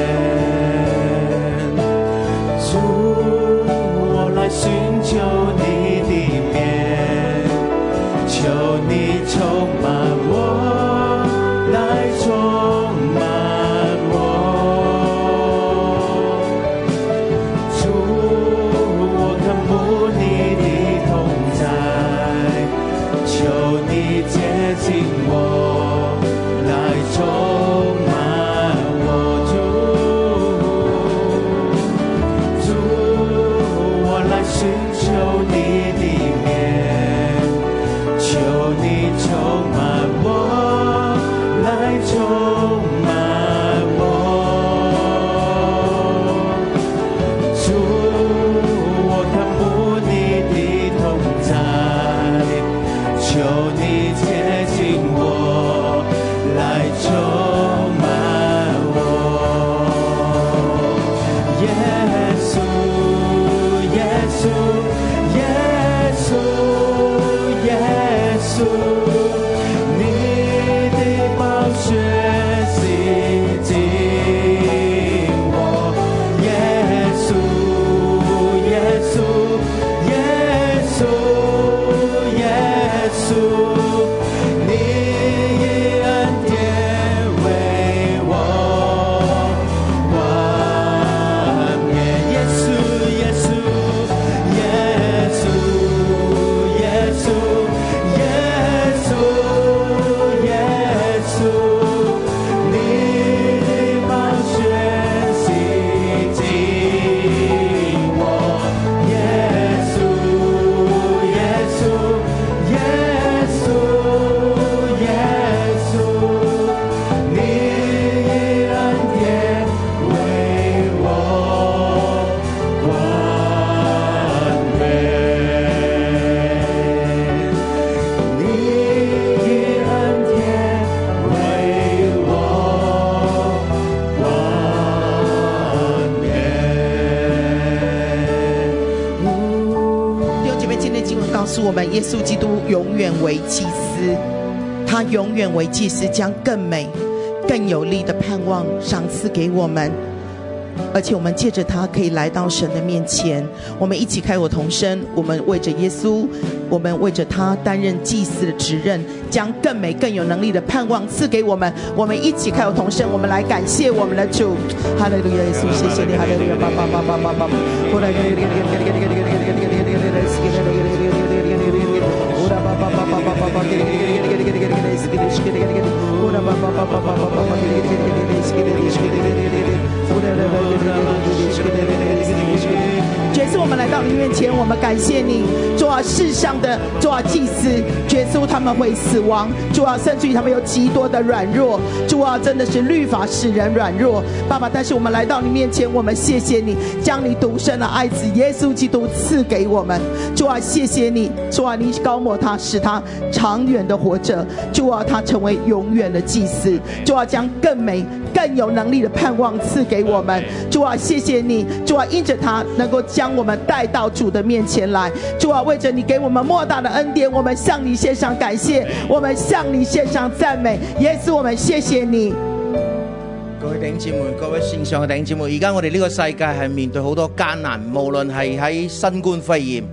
[SPEAKER 5] 主，我来寻求你的面，求你充满我，来充满我。主，我渴慕你的同在。求你接近我，来充满我主，主我来寻求你的面，求你充满我，来充满我。主，我看不你的同在，求你接近我，来充满我。耶稣，耶稣，耶稣，耶稣，你的宝血洗净我。耶稣，耶稣，耶稣，耶稣，你以恩典为我。冠冕，耶稣，耶稣，耶稣，耶稣，耶稣，耶稣，你的宝血洗净我，耶稣，耶稣，耶稣，耶稣。你以恩典为我冠冕，你以恩典为我冠冕。
[SPEAKER 6] 弟兄姐妹，今天经文告诉我们，耶稣基督永远为祭司，他永远为祭司，将更美、更有力的盼望赏赐给我们。而且我们借着他可以来到神的面前，我们一起开火同声，我们为着耶稣，我们为着他担任祭司的职任，将更美、更有能力的盼望赐给我们。我们一起开火同声，我们来感谢我们的主，哈利路亚，耶稣，谢谢你，哈利路亚，爸爸爸爸爸爸，哈利路亚。主耶啊稣，我们来到你面前，我们感谢你，主啊，世上的主啊祭司，主耶稣他们会死亡，主啊，甚至于他们有极多的软弱，主啊，真的是律法使人软弱，爸爸，但是我们来到你面前，我们谢谢你，将你独生的爱子耶稣基督赐给我们，主啊，谢谢你，主啊，你高抹他，使他长远的活着，主啊，他成为永远的祭司，主啊，将更美、更有能力的盼望赐给我们，主啊，谢谢你，主啊，因着他能够将我们带到主的面前来，主啊，为着你给我们莫大的恩典，我们向你献上感谢，我们向你献上赞美，耶稣，我们谢谢你。
[SPEAKER 5] 耶稣，耶稣，耶稣，
[SPEAKER 7] 會弟兄姊妹，各位線上嘅弟兄姊妹，而家我哋呢個世界係面對好多艱難，無論係喺新冠肺炎，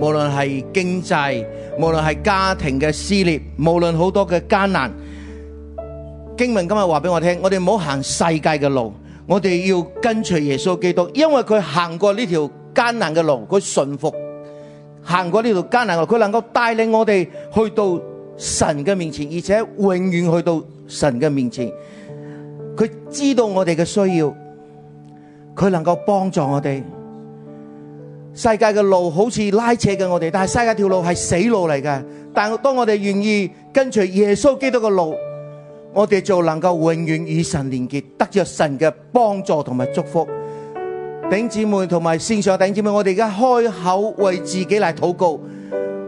[SPEAKER 7] 無論係經濟，無論係家庭嘅撕裂，無論好多嘅艱難。經文今日話俾我聽，我哋唔好行世界嘅路，我哋要跟隨耶穌基督，因為佢行過呢條艱難嘅路，佢順服行過呢條艱難嘅路，佢能夠帶領我哋去到神嘅面前，而且永遠去到神嘅面前。佢知道我哋嘅需要，佢能夠幫助我哋。世界嘅路好似拉扯嘅我哋，但係世界條路係死路嚟嘅。但係當我哋願意跟隨耶穌基督嘅路，我哋就能夠永遠與神連結，得着神嘅幫助同埋祝福。頂姊妹同埋線上頂姊妹，我哋而家開口為自己嚟禱告。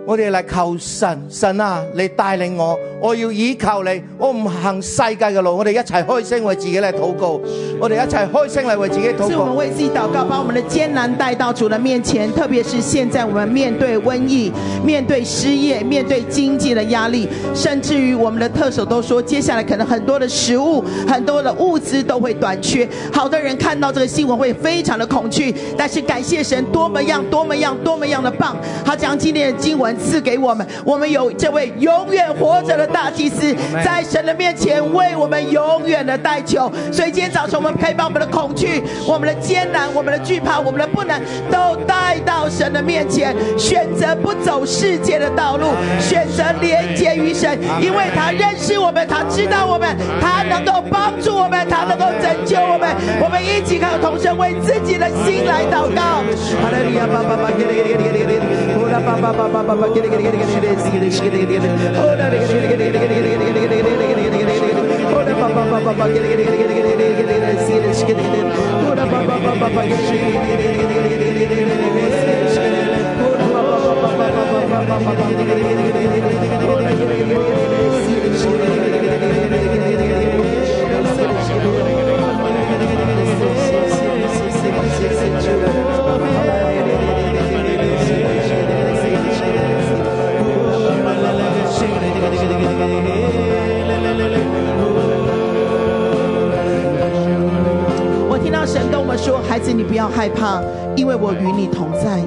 [SPEAKER 7] 我哋嚟求神，神啊，你帶領我，我要依靠你，我唔行世界嘅路，我哋一齊開聲為自己嚟禱告，我哋一齊開聲嚟為自己禱
[SPEAKER 6] 是我
[SPEAKER 7] 告
[SPEAKER 6] 们。为自己祷告，把我们的艰难带到主的面前。特别是现在我们面对瘟疫、面对失业、面对经济的压力，甚至于我们的特首都说，接下来可能很多的食物、很多的物资都会短缺。好多人看到这个新闻会非常的恐惧，但是感谢神，多么样、多么样、多么样的棒！好，将今天的经文赐给我们，我们有这位永远活着的大祭司，在神的面前为我们永远的代求。所以今天早晨，我们可以把我们的恐惧、我们的艰难、我们的惧怕、我们的不能，都带到神的面前，选择不走世界的道路，选择连接于神，因为他认识我们，他知道我们，他能够帮助我们，他能够拯救我们。我们一起靠同声为自己的心来祷告。哈利路亚，巴巴巴，给你给你给你给你给你，呼啦巴巴巴巴巴巴，给你给你给你给你给你，给你给你给你，呼啦给你给你给你给你给你给你给你给你给你，呼啦巴巴巴巴巴，给你给你给你给你给你给你，给你给你，呼啦巴巴巴巴巴，给你给你给你给你给你给你。我听到神跟我们说：“孩子，你不要害怕，因为我与你同在。”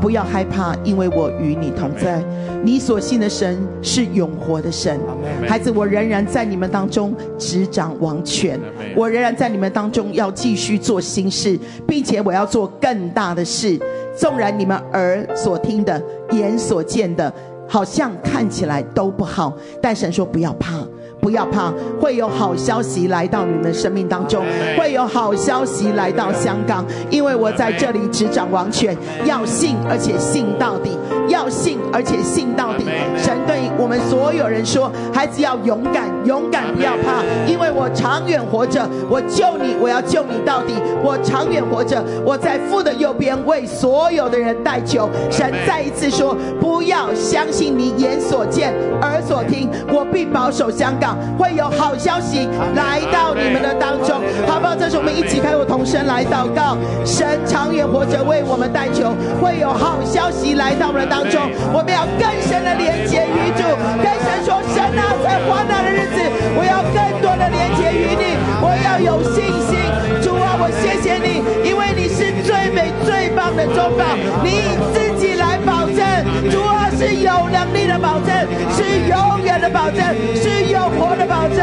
[SPEAKER 6] 不要害怕，因为我与你同在。你所信的神是永活的神。孩子，我仍然在你们当中执掌王权，我仍然在你们当中要继续做新事，并且我要做更大的事。纵然你们耳所听的、眼所见的，好像看起来都不好，但神说不要怕。不要怕，会有好消息来到你们生命当中，会有好消息来到香港，因为我在这里执掌王权，要信而且信到底，要信而且信到底。神对我们所有人说，孩子要勇敢，勇敢不要怕，因为我长远活着，我救你，我要救你到底，我长远活着，我在父的右边为所有的人代求。神再一次说，不要相信你眼所见、耳所听，我必保守香港，会有好消息来到你们的当中，好不好？这是我们一起开口同声来祷告，神长远活着为我们代求，会有好消息来到我们的当中，我们要更深的连接于主，跟神说，神啊，在患难的日子，我要更多的连接于你，我要有信心，主啊，我谢谢你，因为你是最美最棒的中保，你以自己来保证，主啊，是有能力的保证，是永远的保证，是永活的保证。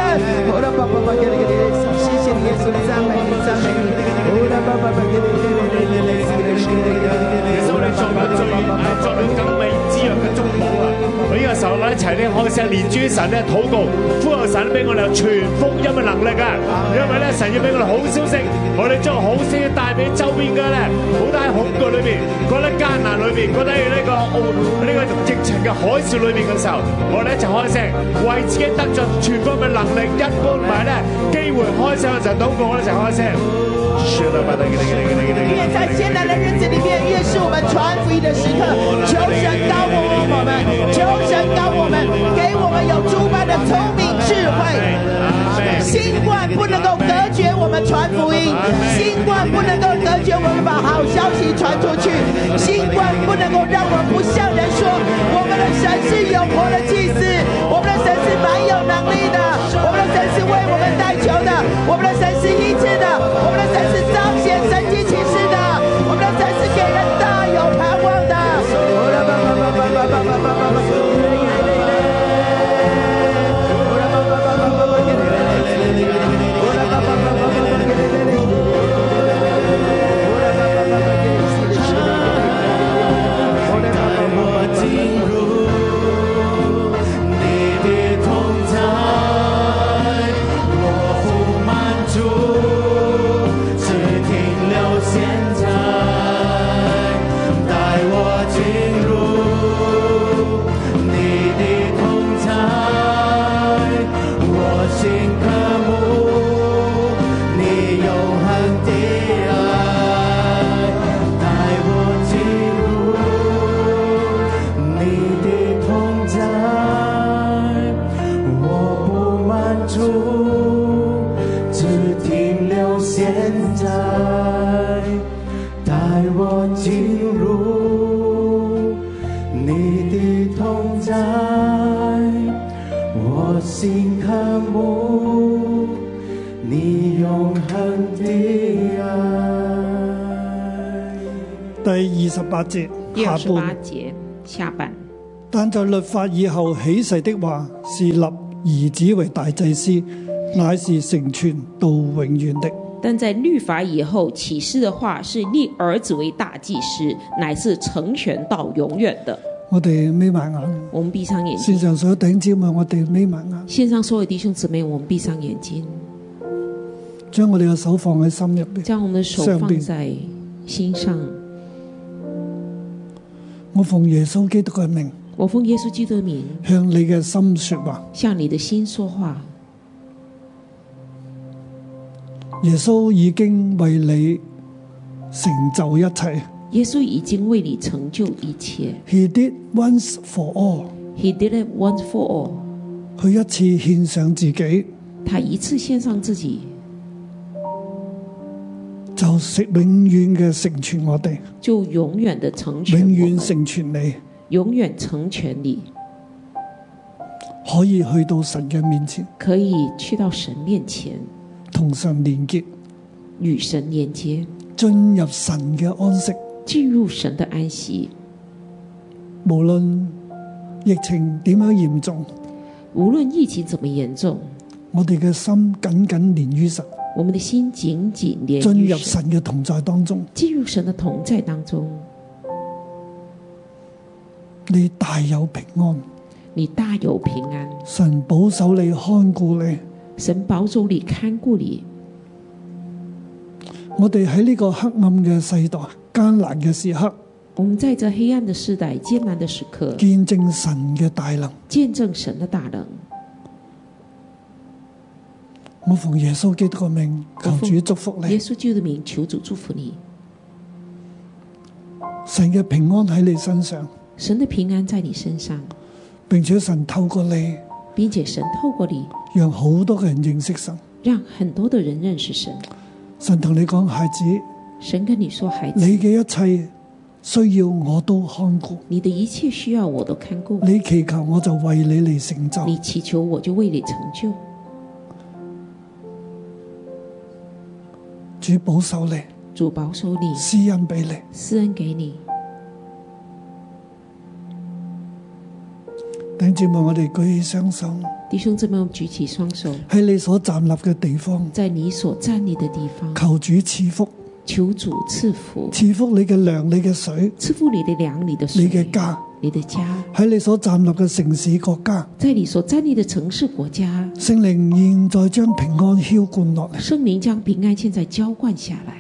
[SPEAKER 6] 我的爸爸爸给你给你，谢谢你耶稣，赞美你赞美你。我的爸爸爸给你给你给你给你给你给你。
[SPEAKER 5] 耶穌你作為最作為更美之約嘅中保啊！我呢個時候咧，一齊咧開聲連珠神咧禱告，呼求神俾我哋有傳福音嘅能力啊！因為咧神要俾我哋好消息，我哋將好消息帶俾周邊嘅咧，好大恐懼裏邊，覺得艱難裏邊，覺得呢個澳呢、個疫情嘅海嘯裏邊嘅時候，我哋一齊開聲為自己得着全方嘅能力，一般唔係咧機會開聲嘅時候禱告，我哋一齊開聲。
[SPEAKER 6] 越在艰难的日子里面，越是我们传福音的时刻。求神高我我们，求神高我们，给我们有诸般的聪明智慧。新冠不能够隔绝我们传福音，新冠不能够隔绝我们把好消息传出去，新冠不能够让我们不向人说我们的神是有活的祭司，我们的神是蛮有能力的，我们的神是为我们代求的，我们的神是
[SPEAKER 4] 进入你的同在，我心渴慕你永恒的爱。
[SPEAKER 2] 第二十八節
[SPEAKER 3] 第
[SPEAKER 2] 下
[SPEAKER 3] 二十八
[SPEAKER 2] 半。
[SPEAKER 3] 节下半。
[SPEAKER 2] 但在律法以後起誓的話，是立兒子為大祭司，乃是成全到永遠的。
[SPEAKER 3] 但在律法以后启示的话，是立儿子为大祭司，乃是成全到永远的。
[SPEAKER 2] 我哋眯埋眼，
[SPEAKER 3] 我们闭上眼
[SPEAKER 2] 線
[SPEAKER 3] 睛，
[SPEAKER 2] 上所有頂姊妹，我哋眯埋眼，
[SPEAKER 3] 线上所有弟兄姊妹，我们闭上眼睛，
[SPEAKER 2] 將我哋嘅手放喺心入邊。
[SPEAKER 3] 将我们的手
[SPEAKER 2] 上
[SPEAKER 3] 放
[SPEAKER 2] 边
[SPEAKER 3] 在心上。
[SPEAKER 2] 我奉耶穌基督嘅名，
[SPEAKER 3] 我奉耶稣基督的名，
[SPEAKER 2] 向你嘅心説話。
[SPEAKER 3] 向你的心说话。
[SPEAKER 2] 耶穌已經為你成就一切。
[SPEAKER 3] 耶稣已经为你成就一切
[SPEAKER 2] He did once for all。
[SPEAKER 3] ，He did it once for all。
[SPEAKER 2] 佢一次獻上自己，
[SPEAKER 3] 他一次献上自己，
[SPEAKER 2] 就食永遠嘅成全我哋，
[SPEAKER 3] 就永远的成全我
[SPEAKER 2] 永
[SPEAKER 3] 们，
[SPEAKER 2] 遠成全你。
[SPEAKER 3] 永远成全你，
[SPEAKER 2] 可以去到神嘅面前，
[SPEAKER 3] 可以去到神面前，
[SPEAKER 2] 同神連結，
[SPEAKER 3] 与神连接，
[SPEAKER 2] 進入神嘅安息。
[SPEAKER 3] 进入神的安息。
[SPEAKER 2] 無論疫情點樣嚴重，
[SPEAKER 3] 无论疫情怎么严重，
[SPEAKER 2] 我哋嘅心緊緊連於神，
[SPEAKER 3] 我们的心紧紧连于
[SPEAKER 2] 進入神嘅同在當中。
[SPEAKER 3] 进入神的同在当中，
[SPEAKER 2] 你大有平安，
[SPEAKER 3] 你大有平安。
[SPEAKER 2] 神保守你，看顧你。
[SPEAKER 3] 神保守你，看顾你。
[SPEAKER 2] 我哋喺呢個黑暗嘅世代、艱難嘅時刻，
[SPEAKER 3] 我们在这黑暗的时代、艰难的时刻，
[SPEAKER 2] 見證神嘅大能。
[SPEAKER 3] 见证神的大能。
[SPEAKER 2] 我奉耶穌基督嘅名，求主祝福
[SPEAKER 3] 耶
[SPEAKER 2] 你，
[SPEAKER 3] 稣基督的名，求主祝福你。
[SPEAKER 2] 神嘅平安喺你身上，
[SPEAKER 3] 神的平安在你身上，
[SPEAKER 2] 並且神透過你，
[SPEAKER 3] 并且神透过你，
[SPEAKER 2] 讓好多嘅人認識神。
[SPEAKER 3] 让很多的人认识神。
[SPEAKER 2] 神同你講，孩子，
[SPEAKER 3] 神跟你说：“孩
[SPEAKER 2] 你
[SPEAKER 3] 子，
[SPEAKER 2] 嘅一切需要我都看顧，
[SPEAKER 3] 你的一切需要我都看顾，
[SPEAKER 2] 你祈求我就為你嚟成
[SPEAKER 3] 你
[SPEAKER 2] 就。
[SPEAKER 3] 祈求我就为你成就。
[SPEAKER 2] 主保守你，
[SPEAKER 3] 主保守你，
[SPEAKER 2] 施恩俾你。
[SPEAKER 3] 施恩给你。”
[SPEAKER 2] 頂姊妹，我哋舉起雙手，
[SPEAKER 3] 弟兄姊妹，我们举起双手，
[SPEAKER 2] 喺你所站立嘅地方，
[SPEAKER 3] 在你所站立的地方，
[SPEAKER 2] 求主賜福，
[SPEAKER 3] 求主赐福，
[SPEAKER 2] 賜福你嘅糧、你嘅水、
[SPEAKER 3] 赐福你的粮、你的水、
[SPEAKER 2] 你嘅家。
[SPEAKER 3] 你的家，
[SPEAKER 2] 喺你所站立嘅城市、國家，
[SPEAKER 3] 在你所站立的城市、国家，
[SPEAKER 2] 聖靈現在將平安浇灌落嚟，
[SPEAKER 3] 圣灵将平安现在浇灌下来，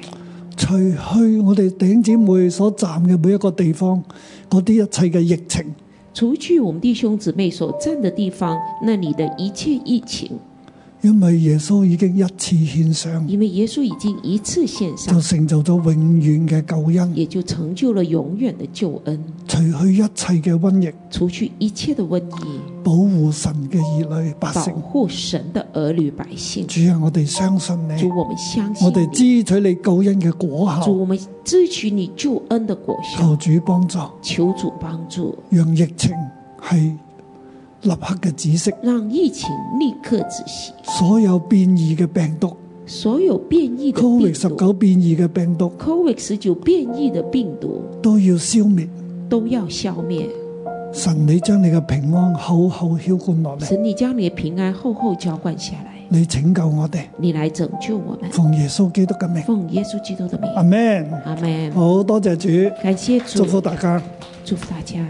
[SPEAKER 2] 除去我哋頂姊妹所站嘅每一個地方嗰啲一切嘅疫情，
[SPEAKER 3] 除去我们弟兄姊妹所站的地方那里的一切疫情，
[SPEAKER 2] 因為耶穌已經一次獻上。
[SPEAKER 3] 因为耶稣已经一次献
[SPEAKER 2] 就
[SPEAKER 3] 上，
[SPEAKER 2] 成就咗永遠嘅救恩，
[SPEAKER 3] 也就成就了永远的救恩，
[SPEAKER 2] 除去一切嘅瘟疫，
[SPEAKER 3] 除去一切的瘟疫，
[SPEAKER 2] 保護神嘅兒女百
[SPEAKER 3] 保
[SPEAKER 2] 姓。
[SPEAKER 3] 护神的儿女百姓。
[SPEAKER 2] 主啊，我哋相信
[SPEAKER 3] 主，
[SPEAKER 2] 你，
[SPEAKER 3] 我们相信
[SPEAKER 2] 我哋
[SPEAKER 3] 你。
[SPEAKER 2] 支取你救恩嘅果
[SPEAKER 3] 主，
[SPEAKER 2] 效。
[SPEAKER 3] 我们支取你救恩的果效。
[SPEAKER 2] 求主幫助，
[SPEAKER 3] 求主帮助，
[SPEAKER 2] 讓疫情係立刻嘅止息，
[SPEAKER 3] 让疫情立刻止息。
[SPEAKER 2] 所有變異嘅病毒
[SPEAKER 3] 所有变异的病
[SPEAKER 2] ，Covid 十
[SPEAKER 3] 毒
[SPEAKER 2] 九變異嘅病毒
[SPEAKER 3] ，COVID 十九变异的病毒
[SPEAKER 2] 都要消滅。
[SPEAKER 3] 都要消灭。
[SPEAKER 2] 神，你將你嘅平安厚厚浇灌落嚟，
[SPEAKER 3] 神，你将你的平安厚厚浇灌下来，
[SPEAKER 2] 你拯救我哋，
[SPEAKER 3] 你来拯救我们。
[SPEAKER 2] 奉耶穌基督嘅名，
[SPEAKER 3] 奉耶稣基督的名，
[SPEAKER 2] 阿 Man，
[SPEAKER 3] 阿门。
[SPEAKER 2] 好多謝主，
[SPEAKER 3] 感谢
[SPEAKER 2] 祝福
[SPEAKER 3] 主，
[SPEAKER 2] 大家。
[SPEAKER 3] 祝福大家。